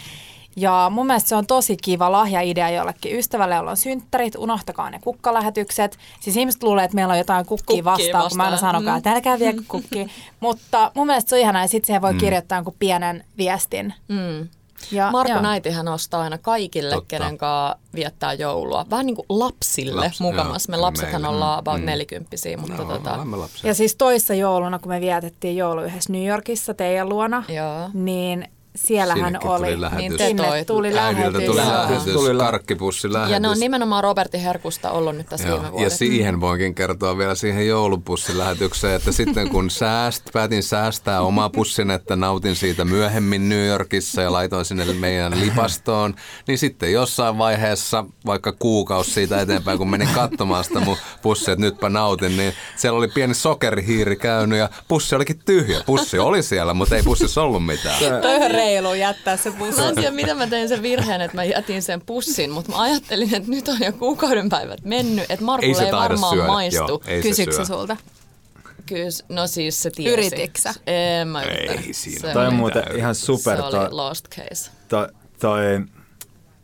Speaker 2: Ja mun mielestä se on tosi kiva lahjaidea jollekin ystävälle, jolla on synttärit. Unohtakaa ne kukkalähetykset. Siis ihmiset luulee, että meillä on jotain kukkia,
Speaker 1: Kukkia
Speaker 2: vastaan, kun mä aina
Speaker 1: vastaan. Mm.
Speaker 2: sanokaan, että älkää viekö kukkia. Mutta mun mielestä se on ihanaa ja sitten siihen voi kirjoittaa jonkun pienen viestin.
Speaker 1: Mm.
Speaker 2: Ja,
Speaker 1: Marko
Speaker 2: joo.
Speaker 1: Näitihän ostaa aina kaikille,
Speaker 3: Totta.
Speaker 1: Totta. kenen kanssa viettää joulua. Vähän niin kuin lapsille
Speaker 3: Laps-
Speaker 1: Laps,
Speaker 3: joo,
Speaker 1: mukamas. Me
Speaker 3: kyllä
Speaker 1: lapsethan
Speaker 3: meille. Mm.
Speaker 1: ollaan about nelikymppisiä, mutta tota,
Speaker 3: Olemme lapsia.
Speaker 2: Ja siis toissa jouluna, kun me vietettiin joulu yhdessä New Yorkissa teidän luona,
Speaker 1: Joo.
Speaker 2: niin siellähän
Speaker 3: Sinnekin
Speaker 2: oli.
Speaker 3: tuli lähetys.
Speaker 1: Niin te
Speaker 2: Sinne
Speaker 1: toi.
Speaker 2: tuli
Speaker 3: Äidiltä
Speaker 2: lähetys.
Speaker 3: tuli
Speaker 4: Lähetys.
Speaker 3: lähetys,
Speaker 4: Tuli lä-
Speaker 3: karkkipussi lähetys.
Speaker 1: Ja ne on nimenomaan Robertin herkusta ollut nyt tässä viime
Speaker 3: Ja
Speaker 1: vuodet.
Speaker 3: siihen voinkin kertoa vielä siihen joulupussilähetykseen, että sitten kun sääst, päätin säästää omaa pussin, että nautin siitä myöhemmin New Yorkissa ja laitoin sinne meidän lipastoon, niin sitten jossain vaiheessa, vaikka kuukausi siitä eteenpäin, kun menin katsomaan sitä mun pussia, että nytpä nautin, niin siellä oli pieni sokerihiiri käynyt ja pussi olikin tyhjä. Pussi oli siellä, mutta ei pussissa ollut mitään.
Speaker 5: Toi on reilu jättää se pussi.
Speaker 1: Mä en tiedä, miten mä tein sen virheen, että mä jätin sen pussin, mutta mä ajattelin, että nyt on jo kuukauden päivät mennyt, että
Speaker 3: Ei
Speaker 1: Markulle
Speaker 3: se
Speaker 1: ei,
Speaker 3: taida
Speaker 1: varmaan
Speaker 3: syödä,
Speaker 1: maistu.
Speaker 3: joo, ei se
Speaker 5: Kysyksä
Speaker 3: syö.
Speaker 5: sulta?
Speaker 1: Kyllä, s- no siis se tiesi.
Speaker 5: Yrititkö sä?
Speaker 1: En mä yrittänyt.
Speaker 3: Ei siinä.
Speaker 1: Se
Speaker 4: Toi on
Speaker 1: oli-
Speaker 4: muuten ihan super.
Speaker 1: Se
Speaker 4: toi-
Speaker 1: oli lost case.
Speaker 4: toi, toi,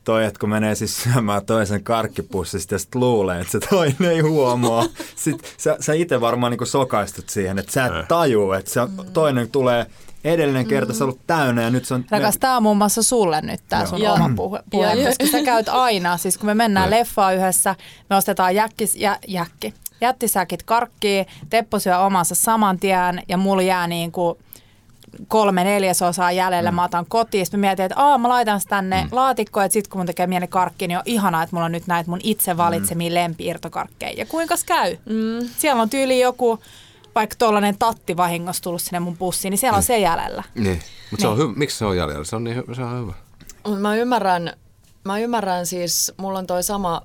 Speaker 4: toi, että kun menee siis syömään toisen karkkipussista ja sitten luulee, että se toinen ei huomaa. Sitten sä, sä itse varmaan niinku sokaistut siihen, että sä et tajuu, että se
Speaker 1: Mm.
Speaker 4: toinen tulee edellinen kerta, se on ollut täynnä ja nyt se on...
Speaker 2: Rakas, tämä on muun muassa sulle nyt tämä
Speaker 4: Joo.
Speaker 2: sun
Speaker 1: Ja-
Speaker 2: oma puhe, puhe
Speaker 1: ja-
Speaker 2: koska sä käyt aina, siis kun me mennään leffaa yhdessä, me ostetaan jäkkis, jä, jäkki, jättisäkit karkkiin, Teppo syö omansa saman tien ja mulla jää niin kuin kolme neljäsosaa jäljellä, mä otan kotiin. Sitten mä mietin, että Aa, mä laitan sen tänne mm. laatikkoon, että sit kun mun tekee mieli karkki, niin on ihanaa, että mulla on nyt näitä mun itse valitsemia mm. lempiirtokarkkeja. Ja kuinka käy? Mm. Siellä on tyyli joku, vaikka tuollainen tatti vahingossa tullut sinne mun pussiin, niin siellä on se jäljellä.
Speaker 3: Niin. Mutta se on hyvä. Miksi se on jäljellä? Se on, niin hy- se on hyvä.
Speaker 1: Mut Mä ymmärrän, mä ymmärrän siis, mulla on toi sama,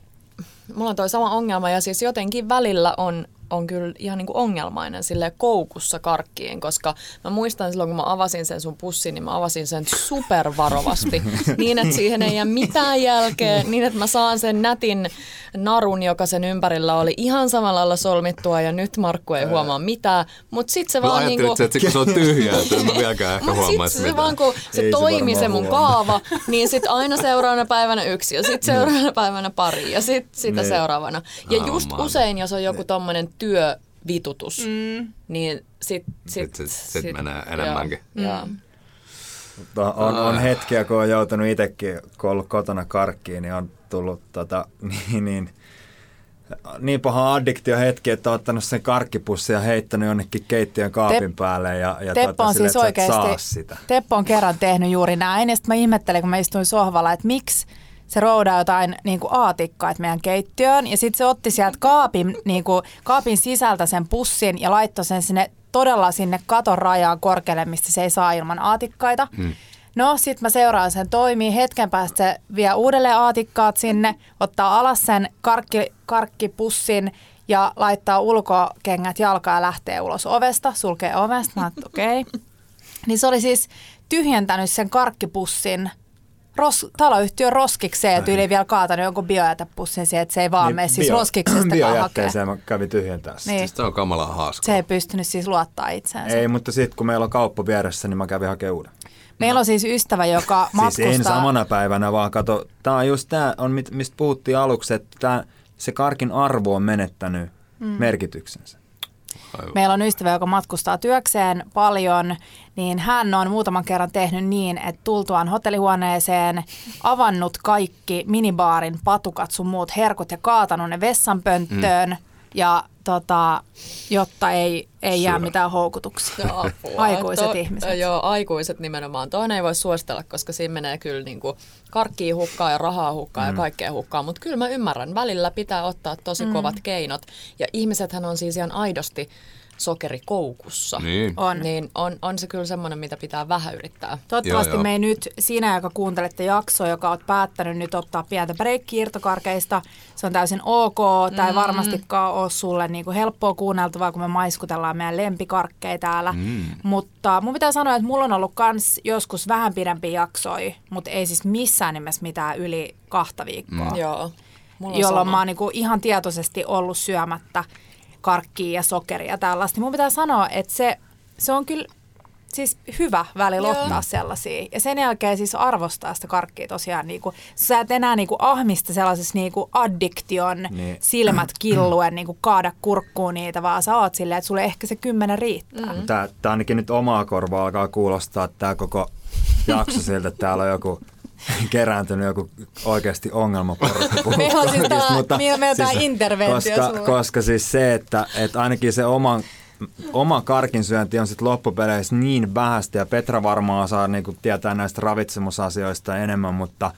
Speaker 1: mulla on toi sama ongelma ja siis jotenkin välillä on, on kyllä ihan niinku ongelmainen sille koukussa karkkiin, koska mä muistan silloin, kun mä avasin sen sun pussin, niin mä avasin sen supervarovasti, niin että siihen ei jää mitään jälkeä, niin että mä saan sen nätin narun, joka sen ympärillä oli ihan samalla lailla solmittua ja nyt Markku ei huomaa mitään, mutta sitten se
Speaker 3: Mä
Speaker 1: vaan
Speaker 3: ajattelin,
Speaker 1: niinku...
Speaker 3: että sit kun se on tyhjää, että en mä vieläkään ehkä
Speaker 1: Mutta
Speaker 3: huomaa,
Speaker 1: sitten
Speaker 3: että
Speaker 1: se
Speaker 3: mitään.
Speaker 1: vaan, kun se
Speaker 4: Ei se
Speaker 1: toimi
Speaker 4: varmaan
Speaker 1: se, mun
Speaker 4: huomaa. Niin.
Speaker 1: kaava, niin sitten aina seuraavana päivänä yksi ja sitten seuraavana päivänä pari ja sitten sitä seuraavana. Ja just
Speaker 3: Aman.
Speaker 1: usein, jos on
Speaker 4: Niin.
Speaker 1: joku tommonen työvitutus, niin sitten...
Speaker 3: Sit- sit- sit menee enemmänkin.
Speaker 1: Joo.
Speaker 4: Mm. Mutta Tota, on, on hetkiä, kun on joutunut itsekin, kun on ollut kotona karkkiin, niin on tullut tota, niin, niin, niin paha addiktio hetki, että on ottanut sen karkkipussin ja heittänyt jonnekin keittiön kaapin
Speaker 2: Tep-
Speaker 4: päälle ja, ja
Speaker 2: Teppo on
Speaker 4: tota,
Speaker 2: siis
Speaker 4: silleen, että sä et saa
Speaker 2: oikeasti,
Speaker 4: sitä.
Speaker 2: Teppo on kerran tehnyt juuri näin, ja sitten mä ihmettelin, kun mä istuin sohvalla, että miksi se roudaa jotain niin kuin aatikkaa että meidän keittiöön, ja sitten se otti sieltä kaapin, niin kuin, kaapin sisältä sen pussin ja laittoi sen sinne todella sinne katon rajaan korkealle, mistä se ei saa ilman aatikkaita. Hmm. No, sitten mä seuraan sen toimii. Hetken päästä se vie uudelleen aatikkaat sinne, ottaa alas sen karkki, karkkipussin ja laittaa ulkokengät jalkaan ja lähtee ulos ovesta, sulkee ovesta. Mä oon, että okei. Okay. Niin se oli siis tyhjentänyt sen karkkipussin ros, taloyhtiön roskikseen ja tyyliin vielä kaatanut jonkun biojätepussin siihen, että se ei vaan niin mene siis bio, roskiksestakaan hakemaan.
Speaker 4: biojätteeseen mä kävin tyhjentämään sitä.
Speaker 2: Niin.
Speaker 3: Siis tää on kamala haaska.
Speaker 2: Se ei pystynyt siis luottaa itseensä.
Speaker 4: Ei, mutta sitten kun meillä on kauppa vieressä, niin mä kävin hakemaan uuden.
Speaker 2: Meillä on siis ystävä, joka matkustaa.
Speaker 4: Siis en samana päivänä, vaan kato, tämä on just tämä, on, mit- mistä puhuttiin aluksi, että tää, se karkin arvo on menettänyt mm. merkityksensä.
Speaker 2: Meillä on ystävä, joka matkustaa työkseen paljon, niin hän on muutaman kerran tehnyt niin, että tultuaan hotellihuoneeseen avannut kaikki minibaarin patukat sun muut herkut ja kaatanut ne vessanpönttöön, mm. ja tota, jotta ei, ei jää mitään houkutuksia.
Speaker 1: Joo, apua.
Speaker 2: Aikuiset ihmiset.
Speaker 1: Joo, aikuiset nimenomaan. Toinen ei voi suositella, koska siinä menee kyllä niinku karkkiin hukkaa ja rahaa hukkaa mm. ja kaikkea hukkaa. Mutta kyllä mä ymmärrän, välillä pitää ottaa tosi mm. kovat keinot. Ja ihmisethän on siis ihan aidosti sokerikoukussa.
Speaker 3: Niin.
Speaker 2: On.
Speaker 1: Niin on, on se kyllä semmoinen, mitä pitää vähän yrittää.
Speaker 2: Toivottavasti
Speaker 3: Joo, joo.
Speaker 2: me ei nyt, sinä joka kuuntelette jaksoa, joka olet päättänyt nyt ottaa pientä breikkiä irtokarkeista, se on täysin ok, tai mm. varmastikaan ole sulle niin kuin helppoa kuunneltavaa, kun me maiskutellaan meidän lempikarkkeja täällä. Mm. Mutta mun pitää sanoa, että mulla on ollut kans joskus vähän pidempi jaksoi, mutta ei siis missään nimessä mitään yli kahta viikkoa
Speaker 3: Mm.
Speaker 1: Joo. Mulla on
Speaker 2: jolloin
Speaker 1: sama.
Speaker 2: mä oon niinku ihan tietoisesti ollut syömättä karkkia ja sokeria ja tällaista. Niin Mun pitää sanoa, että se, se on kyllä siis hyvä välillä
Speaker 1: Joo.
Speaker 2: ottaa sellaisia. Ja sen jälkeen siis arvostaa sitä karkkia tosiaan. Niinku, sä et enää niinku ahmista sellaisessa niinku addiktion
Speaker 4: Niin.
Speaker 2: niin. silmät killuen niinku kaada kurkkuun niitä, vaan sä oot silleen, että sulle ehkä se kymmenen riittää. Mm.
Speaker 4: Tämä, tämä ainakin nyt omaa korvaa alkaa kuulostaa tämä koko jakso siltä, että täällä on joku kerääntynyt joku oikeasti ongelmaporukka.
Speaker 2: Meillä on siis tää-
Speaker 4: Mutta
Speaker 2: meillä- meillä on tää interventio
Speaker 4: koska,
Speaker 2: sulla.
Speaker 4: koska siis se, että, että ainakin se oman oma karkinsyönti on sitten loppupeleissä niin vähäistä ja Petra varmaan saa niinku tietää näistä ravitsemusasioista enemmän, mutta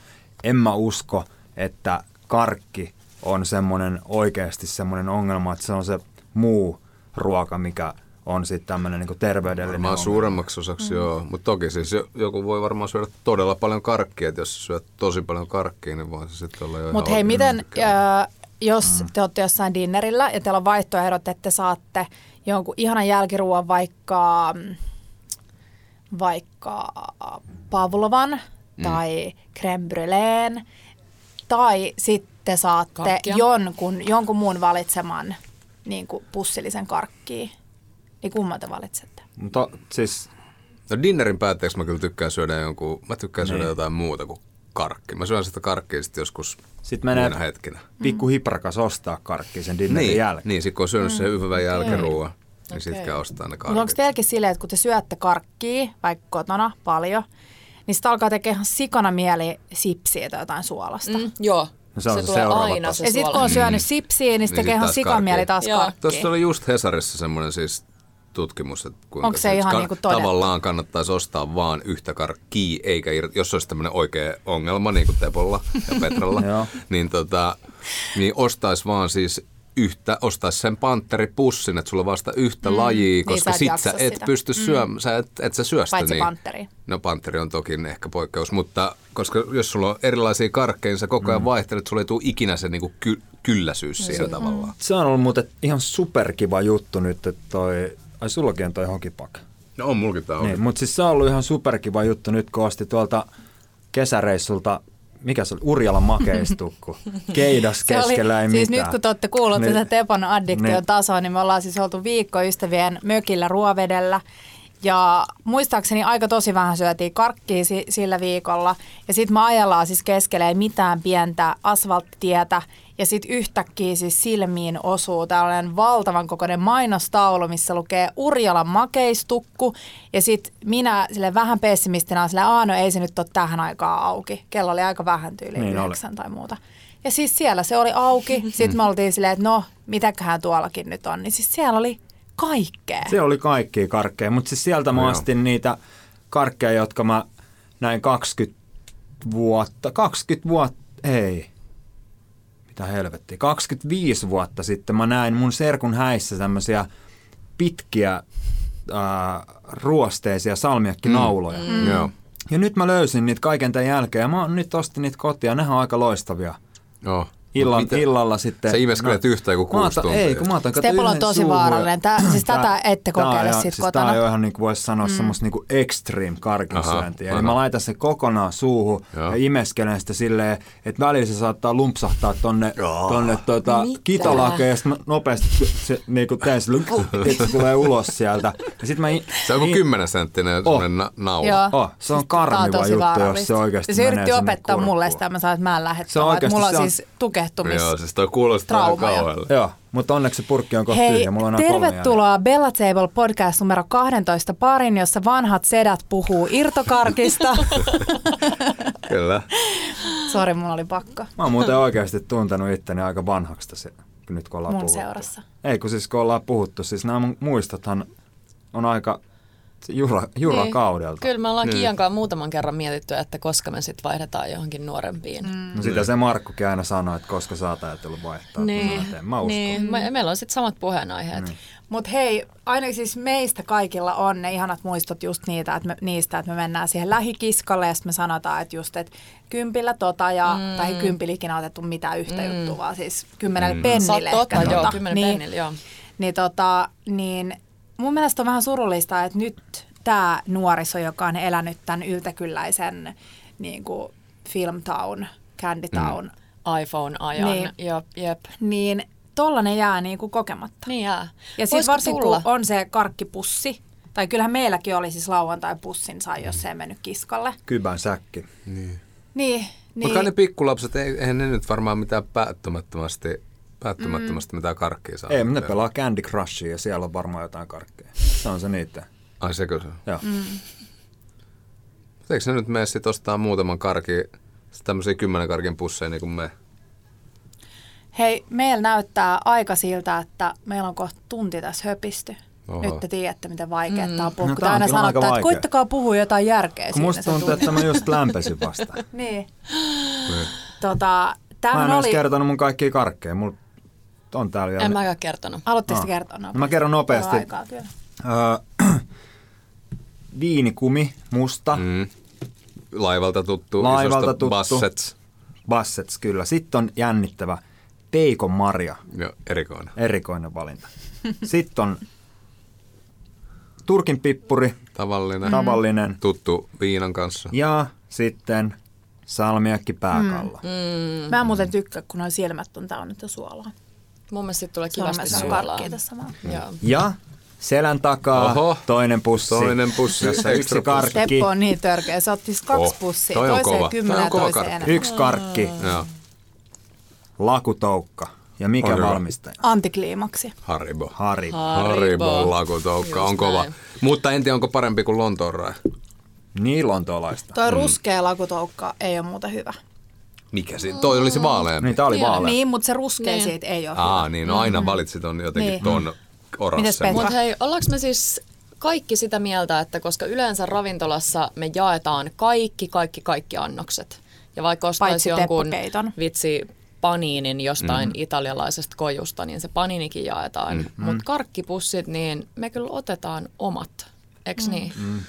Speaker 4: en mä usko, että karkki on semmoinen oikeasti semmoinen ongelma, että se on se muu ruoka, mikä on sitten tämmöinen niinku terveydellinen
Speaker 3: Varmaan
Speaker 4: ongelma.
Speaker 3: suuremmaksi osaksi mm. joo, mutta toki siis jo- joku voi varmaan syödä todella paljon karkkia, että jos syöt tosi paljon karkkia, niin voi se sitten olla jo
Speaker 2: Mutta
Speaker 3: ihan
Speaker 2: hei, miten,
Speaker 3: oikein.
Speaker 2: ö, jos mm. te olette jossain dinnerillä ja teillä on vaihtoehdot, että te saatte jonkun ihanan jälkiruuan vaikka, mm, vaikka pavlovan mm. tai crème brûléen, tai sitten saatte
Speaker 1: Karkkia.
Speaker 2: jonkun, jonkun muun valitseman niin kuin pussillisen karkkiin, niin kumman te valitsette?
Speaker 4: Mutta siis
Speaker 3: No dinnerin päätteeksi mä kyllä tykkään syödä jonkun, mä tykkään
Speaker 4: Niin.
Speaker 3: syödä jotain muuta kuin karkki. Mä syön sitä karkkia sitten joskus
Speaker 4: Sit menee-
Speaker 3: muina hetkinä.
Speaker 4: pikku hiprakas ostaa karkki sen dinnerin
Speaker 3: Niin,
Speaker 4: jälkeen.
Speaker 3: niin sit kun on syönyt sen hyvän jälkiruuan, niin okay. sit käy ostaa ne
Speaker 2: Mm. Mutta onko
Speaker 3: karkit.
Speaker 2: teilläkin silleen, että kun te syötte karkkia, vaikka kotona paljon, niin sitä alkaa tekemään ihan sikana mieli sipsiä tai jotain suolasta. Mm.
Speaker 1: Mm, joo.
Speaker 4: No se on se
Speaker 1: tulee
Speaker 4: seuraava
Speaker 1: aina
Speaker 4: taso.
Speaker 1: se
Speaker 2: Ja sitten kun
Speaker 1: suola.
Speaker 2: on syönyt sipsiä, niin
Speaker 3: sit
Speaker 2: sitten tekee ihan
Speaker 3: taas
Speaker 2: sikamieli
Speaker 3: karkkia.
Speaker 2: taas
Speaker 1: Joo.
Speaker 3: Tuossa
Speaker 2: karkkia.
Speaker 3: oli just Hesarissa semmoinen siis tutkimus, että kuinka
Speaker 2: Onko se ihan niinku todettu?
Speaker 3: tavallaan kannattaisi ostaa vaan yhtä karkkia, eikä ir- jos olisi tämmöinen oikea ongelma, niin kuin Tepolla ja Petralla,
Speaker 4: Joo.
Speaker 3: niin, tota, niin ostaisi vaan siis yhtä, ostaisi sen panteripussin, että sulla on vasta yhtä mm, lajia, koska
Speaker 2: niin sä et
Speaker 3: sit
Speaker 2: jaksa
Speaker 3: sä et
Speaker 2: sitä.
Speaker 3: pysty syömään, mm. sä et, et sä syö sitä
Speaker 2: Paitsi
Speaker 3: niin.
Speaker 2: pantteri.
Speaker 3: No panteri on toki ehkä poikkeus, mutta koska jos sulla on erilaisia karkkeja, niin sä koko ajan vaihtelet, sulla ei tule ikinä se niinku ky- kylläisyys
Speaker 2: Mm.
Speaker 3: siellä tavallaan.
Speaker 4: Se on ollut muuten ihan superkiva juttu nyt, että toi, ai sullakin on toi hokipak.
Speaker 3: No on mulkin tää
Speaker 4: Niin, mutta siis se on ollut ihan superkiva juttu nyt, kun osti tuolta kesäreissulta, mikä se oli, Urjalan makeistukku. Keidas
Speaker 2: Se oli,
Speaker 4: keskellä ei
Speaker 2: siis
Speaker 4: mitään.
Speaker 2: nyt kun te olette kuullut
Speaker 4: Niin.
Speaker 2: niin. tätä Tepon addiktion
Speaker 4: Niin.
Speaker 2: niin. tasoa, niin me ollaan siis oltu viikko ystävien mökillä Ruovedellä. Ja muistaakseni aika tosi vähän syötiin karkkia si- sillä viikolla. Ja sitten me ajellaan siis keskellä ei mitään pientä asfalttitietä. Ja sitten yhtäkkiä siis silmiin osuu tällainen valtavan kokoinen mainostaulu, missä lukee Urjalan makeistukku. Ja sitten minä sille vähän pessimistinä sille, aah no ei se nyt ole tähän aikaan auki. Kello oli aika vähän tyyli
Speaker 4: Niin oli.
Speaker 2: yhdeksän tai muuta. Ja siis siellä se oli auki. Sitten me oltiin silleen, että no, mitäköhän tuollakin nyt on. Niin siis siellä oli kaikkea.
Speaker 4: Se oli kaikki karkkeja, mutta siis sieltä mä
Speaker 3: Joo.
Speaker 4: astin niitä karkkeja, jotka mä näin 20 vuotta, 20 vuotta, ei, mitä helvettiä, 25 vuotta sitten mä näin mun serkun häissä tämmöisiä pitkiä ää, ruosteisia salmiakkinauloja. Mm.
Speaker 3: Mm. Joo.
Speaker 4: Ja nyt mä löysin niitä kaiken tämän jälkeen ja mä nyt ostin niitä kotia. Nehän on aika loistavia.
Speaker 3: Joo.
Speaker 4: Illan,
Speaker 3: Mut mitä-
Speaker 4: illalla sitten.
Speaker 3: Sä imeskelet yhtä joku
Speaker 4: Mä
Speaker 3: kuusi
Speaker 4: otan-
Speaker 3: tuntia.
Speaker 4: Ei, kun mä otan kato
Speaker 2: Stepolla on
Speaker 4: yhden
Speaker 2: tosi
Speaker 4: suuhun ja-
Speaker 2: vaarallinen. Tää- siis
Speaker 4: Tää-
Speaker 2: tätä ette
Speaker 4: tää on
Speaker 2: kokeile
Speaker 4: ihan-
Speaker 2: sit
Speaker 4: siis
Speaker 2: kotona.
Speaker 4: Tää on jo ihan niin kuin voisi sanoa mm. semmoista niin kuin extreme karkinsyöntiä.
Speaker 3: Aha,
Speaker 4: Eli mä
Speaker 3: aha.
Speaker 4: laitan se kokonaan suuhun
Speaker 3: Joo.
Speaker 4: ja imeskelen sitä silleen, että välillä se saattaa lumpsahtaa tonne, tonne tota,
Speaker 2: No
Speaker 1: Mitä?
Speaker 4: kitolakeen ja sitten mä nopeasti se, niin kuin teen sille, että se tulee ulos sielä. Ja sit mä, i-
Speaker 3: Se on kuin
Speaker 4: i-
Speaker 3: kymmenen senttinen
Speaker 4: Oh.
Speaker 3: oh. na- naula.
Speaker 2: Joo.
Speaker 4: Oh, se
Speaker 2: Tää
Speaker 4: on
Speaker 2: on
Speaker 4: karmiva
Speaker 2: tosi
Speaker 4: juttu, jos
Speaker 2: vaarallista.
Speaker 4: se oikeasti
Speaker 2: Ja se yritti
Speaker 4: menee sinne
Speaker 2: opettaa mulle
Speaker 4: kurkkuun.
Speaker 2: sitä, mä sanoin, että mä en lähde
Speaker 4: Se on
Speaker 2: tuohon.
Speaker 4: oikeasti-
Speaker 2: Mulla on
Speaker 4: se on-
Speaker 2: siis tukehtumis.
Speaker 3: Joo, siis toi kuulostaa aika
Speaker 2: Trauma, joo.
Speaker 3: kauhealle.
Speaker 4: Joo, mutta onneksi se purkki on kohta
Speaker 2: Hei,
Speaker 4: tyhjä. Mulla on
Speaker 2: tervetuloa Bella Table podcast numero 12 parin, jossa vanhat sedät puhuu irtokarkista.
Speaker 3: Kyllä.
Speaker 2: Niin. Sori, mulla oli pakko
Speaker 4: Mä oon muuten oikeasti tuntenut itteni aika vanhaksi tässä, kun nyt kun ollaan
Speaker 2: mun
Speaker 4: puhuttu.
Speaker 2: seurassa.
Speaker 4: Ei, kun siis kun ollaan puhuttu, siis nämä mun muistothan on aika jura,
Speaker 1: Niin.
Speaker 4: jurakaudelta.
Speaker 1: Kyllä me ollaan niin. Kiankaan muutaman kerran mietitty, että koska me sitten vaihdetaan johonkin nuorempiin. Mm.
Speaker 4: No sitä se Markkukin aina sanoi, että koska sä oot ajatellut vaihtaa. Niin. Mä, sanoin, että en mä uskon.
Speaker 1: Niin. Me, meillä on sitten samat puheenaiheet. Niin.
Speaker 2: Mutta hei, ainakin siis meistä kaikilla on ne ihanat muistot just niitä, että me, niistä, että me mennään siihen lähikiskalle ja sitten me sanotaan, että just, että kympillä tota ja, mm. tai ei kympillä ikinä otettu mitään yhtä mm. juttua, vaan siis kymmenellä mm. pennille
Speaker 1: Totta,
Speaker 2: ehkä
Speaker 1: joo,
Speaker 2: tota.
Speaker 1: kymmenen
Speaker 2: niin,
Speaker 1: pennillä, joo.
Speaker 2: Niin, tota, niin mun mielestä on vähän surullista, että nyt tämä nuoriso, joka on elänyt tämän yltäkylläisen niin kuin Film Town, Candy Town,
Speaker 1: iPhone-ajan.
Speaker 2: Niin.
Speaker 1: Niin. Jep, jep.
Speaker 2: mm. niin tollanen jää niin kuin kokematta.
Speaker 1: Niin jää.
Speaker 2: Ja sitten
Speaker 1: Voisiko
Speaker 2: varsinkin
Speaker 1: tulla?
Speaker 2: kun on se karkkipussi, tai kyllähän meilläkin oli siis lauantai pussin sai, jos se ei mennyt kiskalle.
Speaker 4: Kybän säkki.
Speaker 2: Niin,
Speaker 3: Mutta kai ne
Speaker 2: niin.
Speaker 3: pikkulapset, ei- eihän ne nyt varmaan mitään päättömättömästi,
Speaker 2: Mm.
Speaker 3: päättömättömästi mitään karkkia saa.
Speaker 4: Ei, mutta ne pelaa Candy Crushia ja siellä on varmaan jotain karkkeja. Se on se niitä.
Speaker 3: Ai sekö se? on?
Speaker 4: Joo. Mm.
Speaker 3: Mut Eikö ne nyt mene sitten ostaa muutaman karkin, sit tämmöisiä kymmenen karkin pusseja niin kuin me?
Speaker 2: Hei, meillä näyttää aika siltä, että meillä on kohta tunti tässä höpisty. Oho. Nyt te tiedätte, miten vaikeaa mm. tämä on puhua, no, kun aina sanotaan, että koittakaa puhua jotain järkeä
Speaker 4: kun Musta tuntuu, että mä just lämpesin vasta.
Speaker 2: niin. niin. Tota,
Speaker 4: mä en oli... kertonut mun kaikkia karkkeja. Mulla on täällä vielä.
Speaker 1: En mäkään kertonut.
Speaker 2: Haluatteko no. kertoa
Speaker 4: nopeasti? Ah. Mä kerron nopeasti.
Speaker 2: Aikaa, öö,
Speaker 4: viinikumi, musta. Mm.
Speaker 3: Laivalta tuttu.
Speaker 4: Laivalta tuttu.
Speaker 3: Bassets.
Speaker 4: Bassets, kyllä. Sitten on jännittävä. Peikon marja.
Speaker 3: Joo, erikoinen.
Speaker 4: Erikoinen valinta. Sitten on turkin pippuri.
Speaker 3: Tavallinen.
Speaker 2: Mm-hmm.
Speaker 4: Tavallinen.
Speaker 3: Tuttu viinan kanssa.
Speaker 4: Ja sitten salmiakki pääkalla.
Speaker 2: Mm. Mm. Mä en muuten tykkää, kun on silmät on täynnä suolaa.
Speaker 1: Mun mielestä tulee kivasti suolaa.
Speaker 2: Mm.
Speaker 4: Ja selän takaa Oho,
Speaker 3: toinen pussi.
Speaker 4: Toinen
Speaker 3: pussi,
Speaker 4: jossa yksi karkki.
Speaker 2: Teppo on niin törkeä, se otti siis kaksi oh, pussia, toi toiseen kova. kymmenen ja toiseen karkki. enemmän.
Speaker 4: Yksi karkki, mm. lakutoukka. Ja mikä on valmistaja?
Speaker 2: Antikliimaksi.
Speaker 3: Haribo.
Speaker 4: Haribo.
Speaker 3: Haribo. Lakutoukka Just on kova. Näin. Mutta en tiedä, onko parempi kuin Lontoon rai.
Speaker 4: Niin lontoolaista.
Speaker 2: Toi mm. ruskea lakutoukka ei ole muuten hyvä.
Speaker 3: Mikä siinä? Toi oli se vaaleampi.
Speaker 4: Niin, tää oli vaaleampi.
Speaker 2: Niin, mutta se ruskea niin. siitä ei ole
Speaker 3: Aa,
Speaker 2: hyvä.
Speaker 3: niin, no aina mm-hmm. valitsit on jotenkin niin. ton orassen.
Speaker 1: Mutta hei, ollaanko me siis kaikki sitä mieltä, että koska yleensä ravintolassa me jaetaan kaikki, kaikki, kaikki annokset. Ja vaikka ostaisi jonkun vitsi paniinin jostain mm. italialaisesta kojusta, niin se paniinikin jaetaan. Mm. Mutta karkkipussit, niin me kyllä otetaan omat, eks mm. niin? Mm.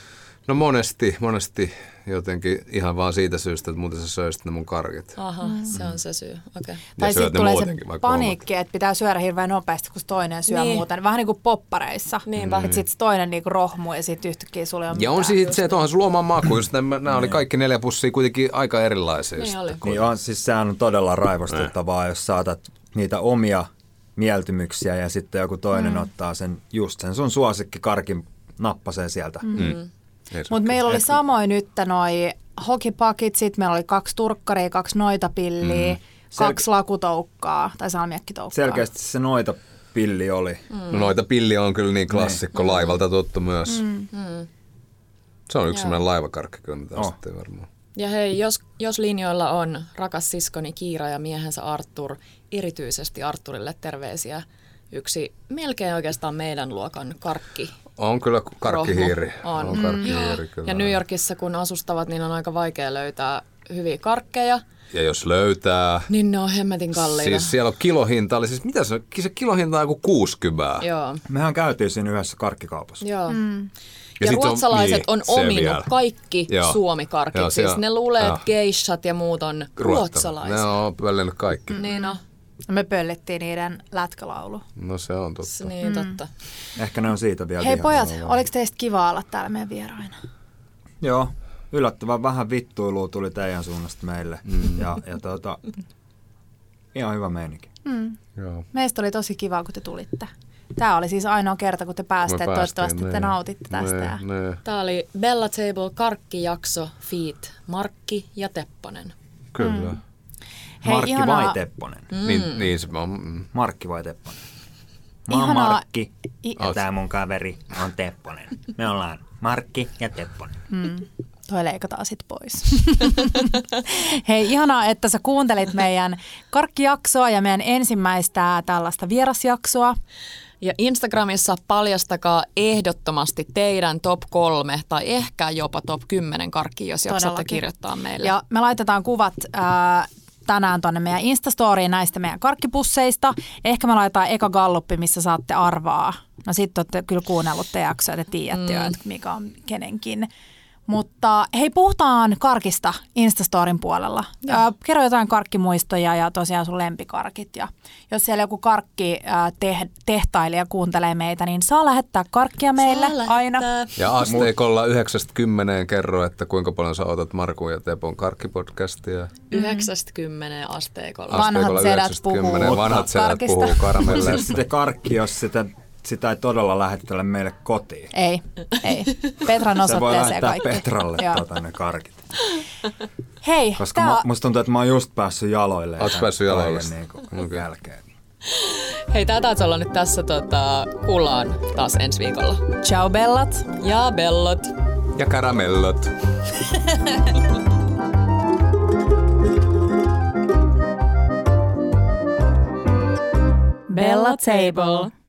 Speaker 3: No monesti, monesti jotenkin ihan vaan siitä syystä, että muuten sä söisit ne mun karkit.
Speaker 1: Aha, mm. se on se syy, okei. Okay.
Speaker 2: Tai sitten tulee se paniikki, että pitää syödä hirveän nopeasti, kun toinen syö niin. muuten. Vähän niin kuin poppareissa. Niinpä. Mm. Että sitten toinen niin rohmu ja sitten yhtäkkiä sulle on
Speaker 3: Ja on siis se, että onhan sulla oma maku, just nämä, nämä oli kaikki neljä pussia kuitenkin aika erilaisia.
Speaker 1: Niin, oli.
Speaker 4: niin on, siis sehän on todella raivostuttavaa, jos saatat niitä omia mieltymyksiä ja sitten joku toinen mm. ottaa sen just sen sun suosikki karkin nappaseen sieltä.
Speaker 2: Mm.
Speaker 3: Niin
Speaker 2: Mutta meillä oli samoin nyt noi hokipakit, sitten meillä oli kaksi turkkaria, kaksi noitapilliä, mm. Selke- kaksi lakutoukkaa tai salmiakkitoukkaa.
Speaker 4: Selkeästi se noita pilli oli.
Speaker 3: Mm. Noita pilli on kyllä niin klassikko, mm. laivalta tuttu myös. Mm. Mm. Se on yksi sellainen laivakarkki, kyllä mitä oh. varmaan.
Speaker 1: Ja hei, jos, jos linjoilla on rakas siskoni Kiira ja miehensä Artur, erityisesti Arturille terveisiä. Yksi melkein oikeastaan meidän luokan karkki
Speaker 3: on kyllä karkkihiiri.
Speaker 1: Rohmu. On. Mm.
Speaker 3: on karkkihiiri, kyllä.
Speaker 1: Ja New Yorkissa kun asustavat, niin on aika vaikea löytää hyviä karkkeja.
Speaker 3: Ja jos löytää...
Speaker 1: Niin ne on hemmetin kalliita.
Speaker 3: Siis siellä on kilohinta, eli siis mitä se, se kilohinta on joku 60.
Speaker 1: Joo.
Speaker 4: Mehän käytiin siinä yhdessä karkkikaupassa.
Speaker 1: Joo. Mm. Ja, ja ruotsalaiset on, niin, on ominut vielä. kaikki Joo. suomikarkit. Joo, siis on, ne luulee, että geishat ja muut on Ruotta. ruotsalaisia.
Speaker 3: Ne on pöllinyt kaikki.
Speaker 1: Mm. Niin on.
Speaker 2: No me pöllittiin niiden lätkälaulu.
Speaker 3: No se on totta. Se,
Speaker 1: niin totta.
Speaker 4: Mm. Ehkä ne on siitä vielä
Speaker 2: Hei pojat, lailla. oliko teistä kiva olla täällä meidän vieraina?
Speaker 4: Joo, yllättävän vähän vittuilua tuli teidän suunnasta meille. Mm. Ja, ja tuota, ihan hyvä meininki.
Speaker 2: Mm. Joo. Meistä oli tosi kiva, kun te tulitte. Tämä oli siis ainoa kerta, kun te pääsitte. Toivottavasti
Speaker 3: niin.
Speaker 2: ne, te nautitte tästä. Ne,
Speaker 1: ne. Tämä oli Bella Table karkkijakso, feat Markki ja Tepponen.
Speaker 3: Kyllä. Mm.
Speaker 4: Hei, Markki ihanaa. vai Tepponen?
Speaker 3: Mm. Niin, niin se on.
Speaker 4: Markki vai Tepponen? Mä oon ihanaa. Markki I- ja tää mun kaveri on Tepponen. Me ollaan Markki ja Tepponen. Mm.
Speaker 2: Toi leikataan sit pois. Hei, ihanaa, että sä kuuntelit meidän karkkijaksoa ja meidän ensimmäistä tällaista vierasjaksoa.
Speaker 1: Ja Instagramissa paljastakaa ehdottomasti teidän top kolme tai ehkä jopa top 10 karkkia, jos Todellakin. jaksatte kirjoittaa meille.
Speaker 2: Ja me laitetaan kuvat äh, tänään tuonne meidän Instastoriin näistä meidän karkkipusseista. Ehkä me laitetaan eka galluppi, missä saatte arvaa. No sitten olette kyllä kuunnellut te jaksoja, te tiedätte mm. jo, että mikä on kenenkin. Mutta hei, puhutaan karkista Instastorin puolella. Joo. Äh, kerro jotain karkkimuistoja ja tosiaan sun lempikarkit. Ja jos siellä joku karkki äh, te- tehtailija kuuntelee meitä, niin saa lähettää karkkia meille saa aina. Lähettää.
Speaker 3: Ja asteikolla 90 kerro, että kuinka paljon sä otat Markun ja Tepon karkkipodcastia.
Speaker 1: 90 asteikolla.
Speaker 2: Vanhat sedät puhuu
Speaker 3: Vanhat sedät puhuu karmelle.
Speaker 4: Sitten karkki, jos sitä sitä ei todella lähetellä meille kotiin.
Speaker 2: Ei, ei. Petran osoitteeseen kaikki.
Speaker 4: Petralle tuota ne karkit.
Speaker 2: Hei,
Speaker 4: Koska tää... mä, musta tuntuu, että mä oon just päässyt jaloille.
Speaker 3: Oot päässyt jaloille.
Speaker 4: Niin kuin, okay. jälkeen.
Speaker 1: Hei, tää taisi olla nyt tässä. Tota, kuullaan taas ensi viikolla.
Speaker 2: Ciao bellat.
Speaker 1: Ja bellot.
Speaker 3: Ja karamellot.
Speaker 2: Bella Table.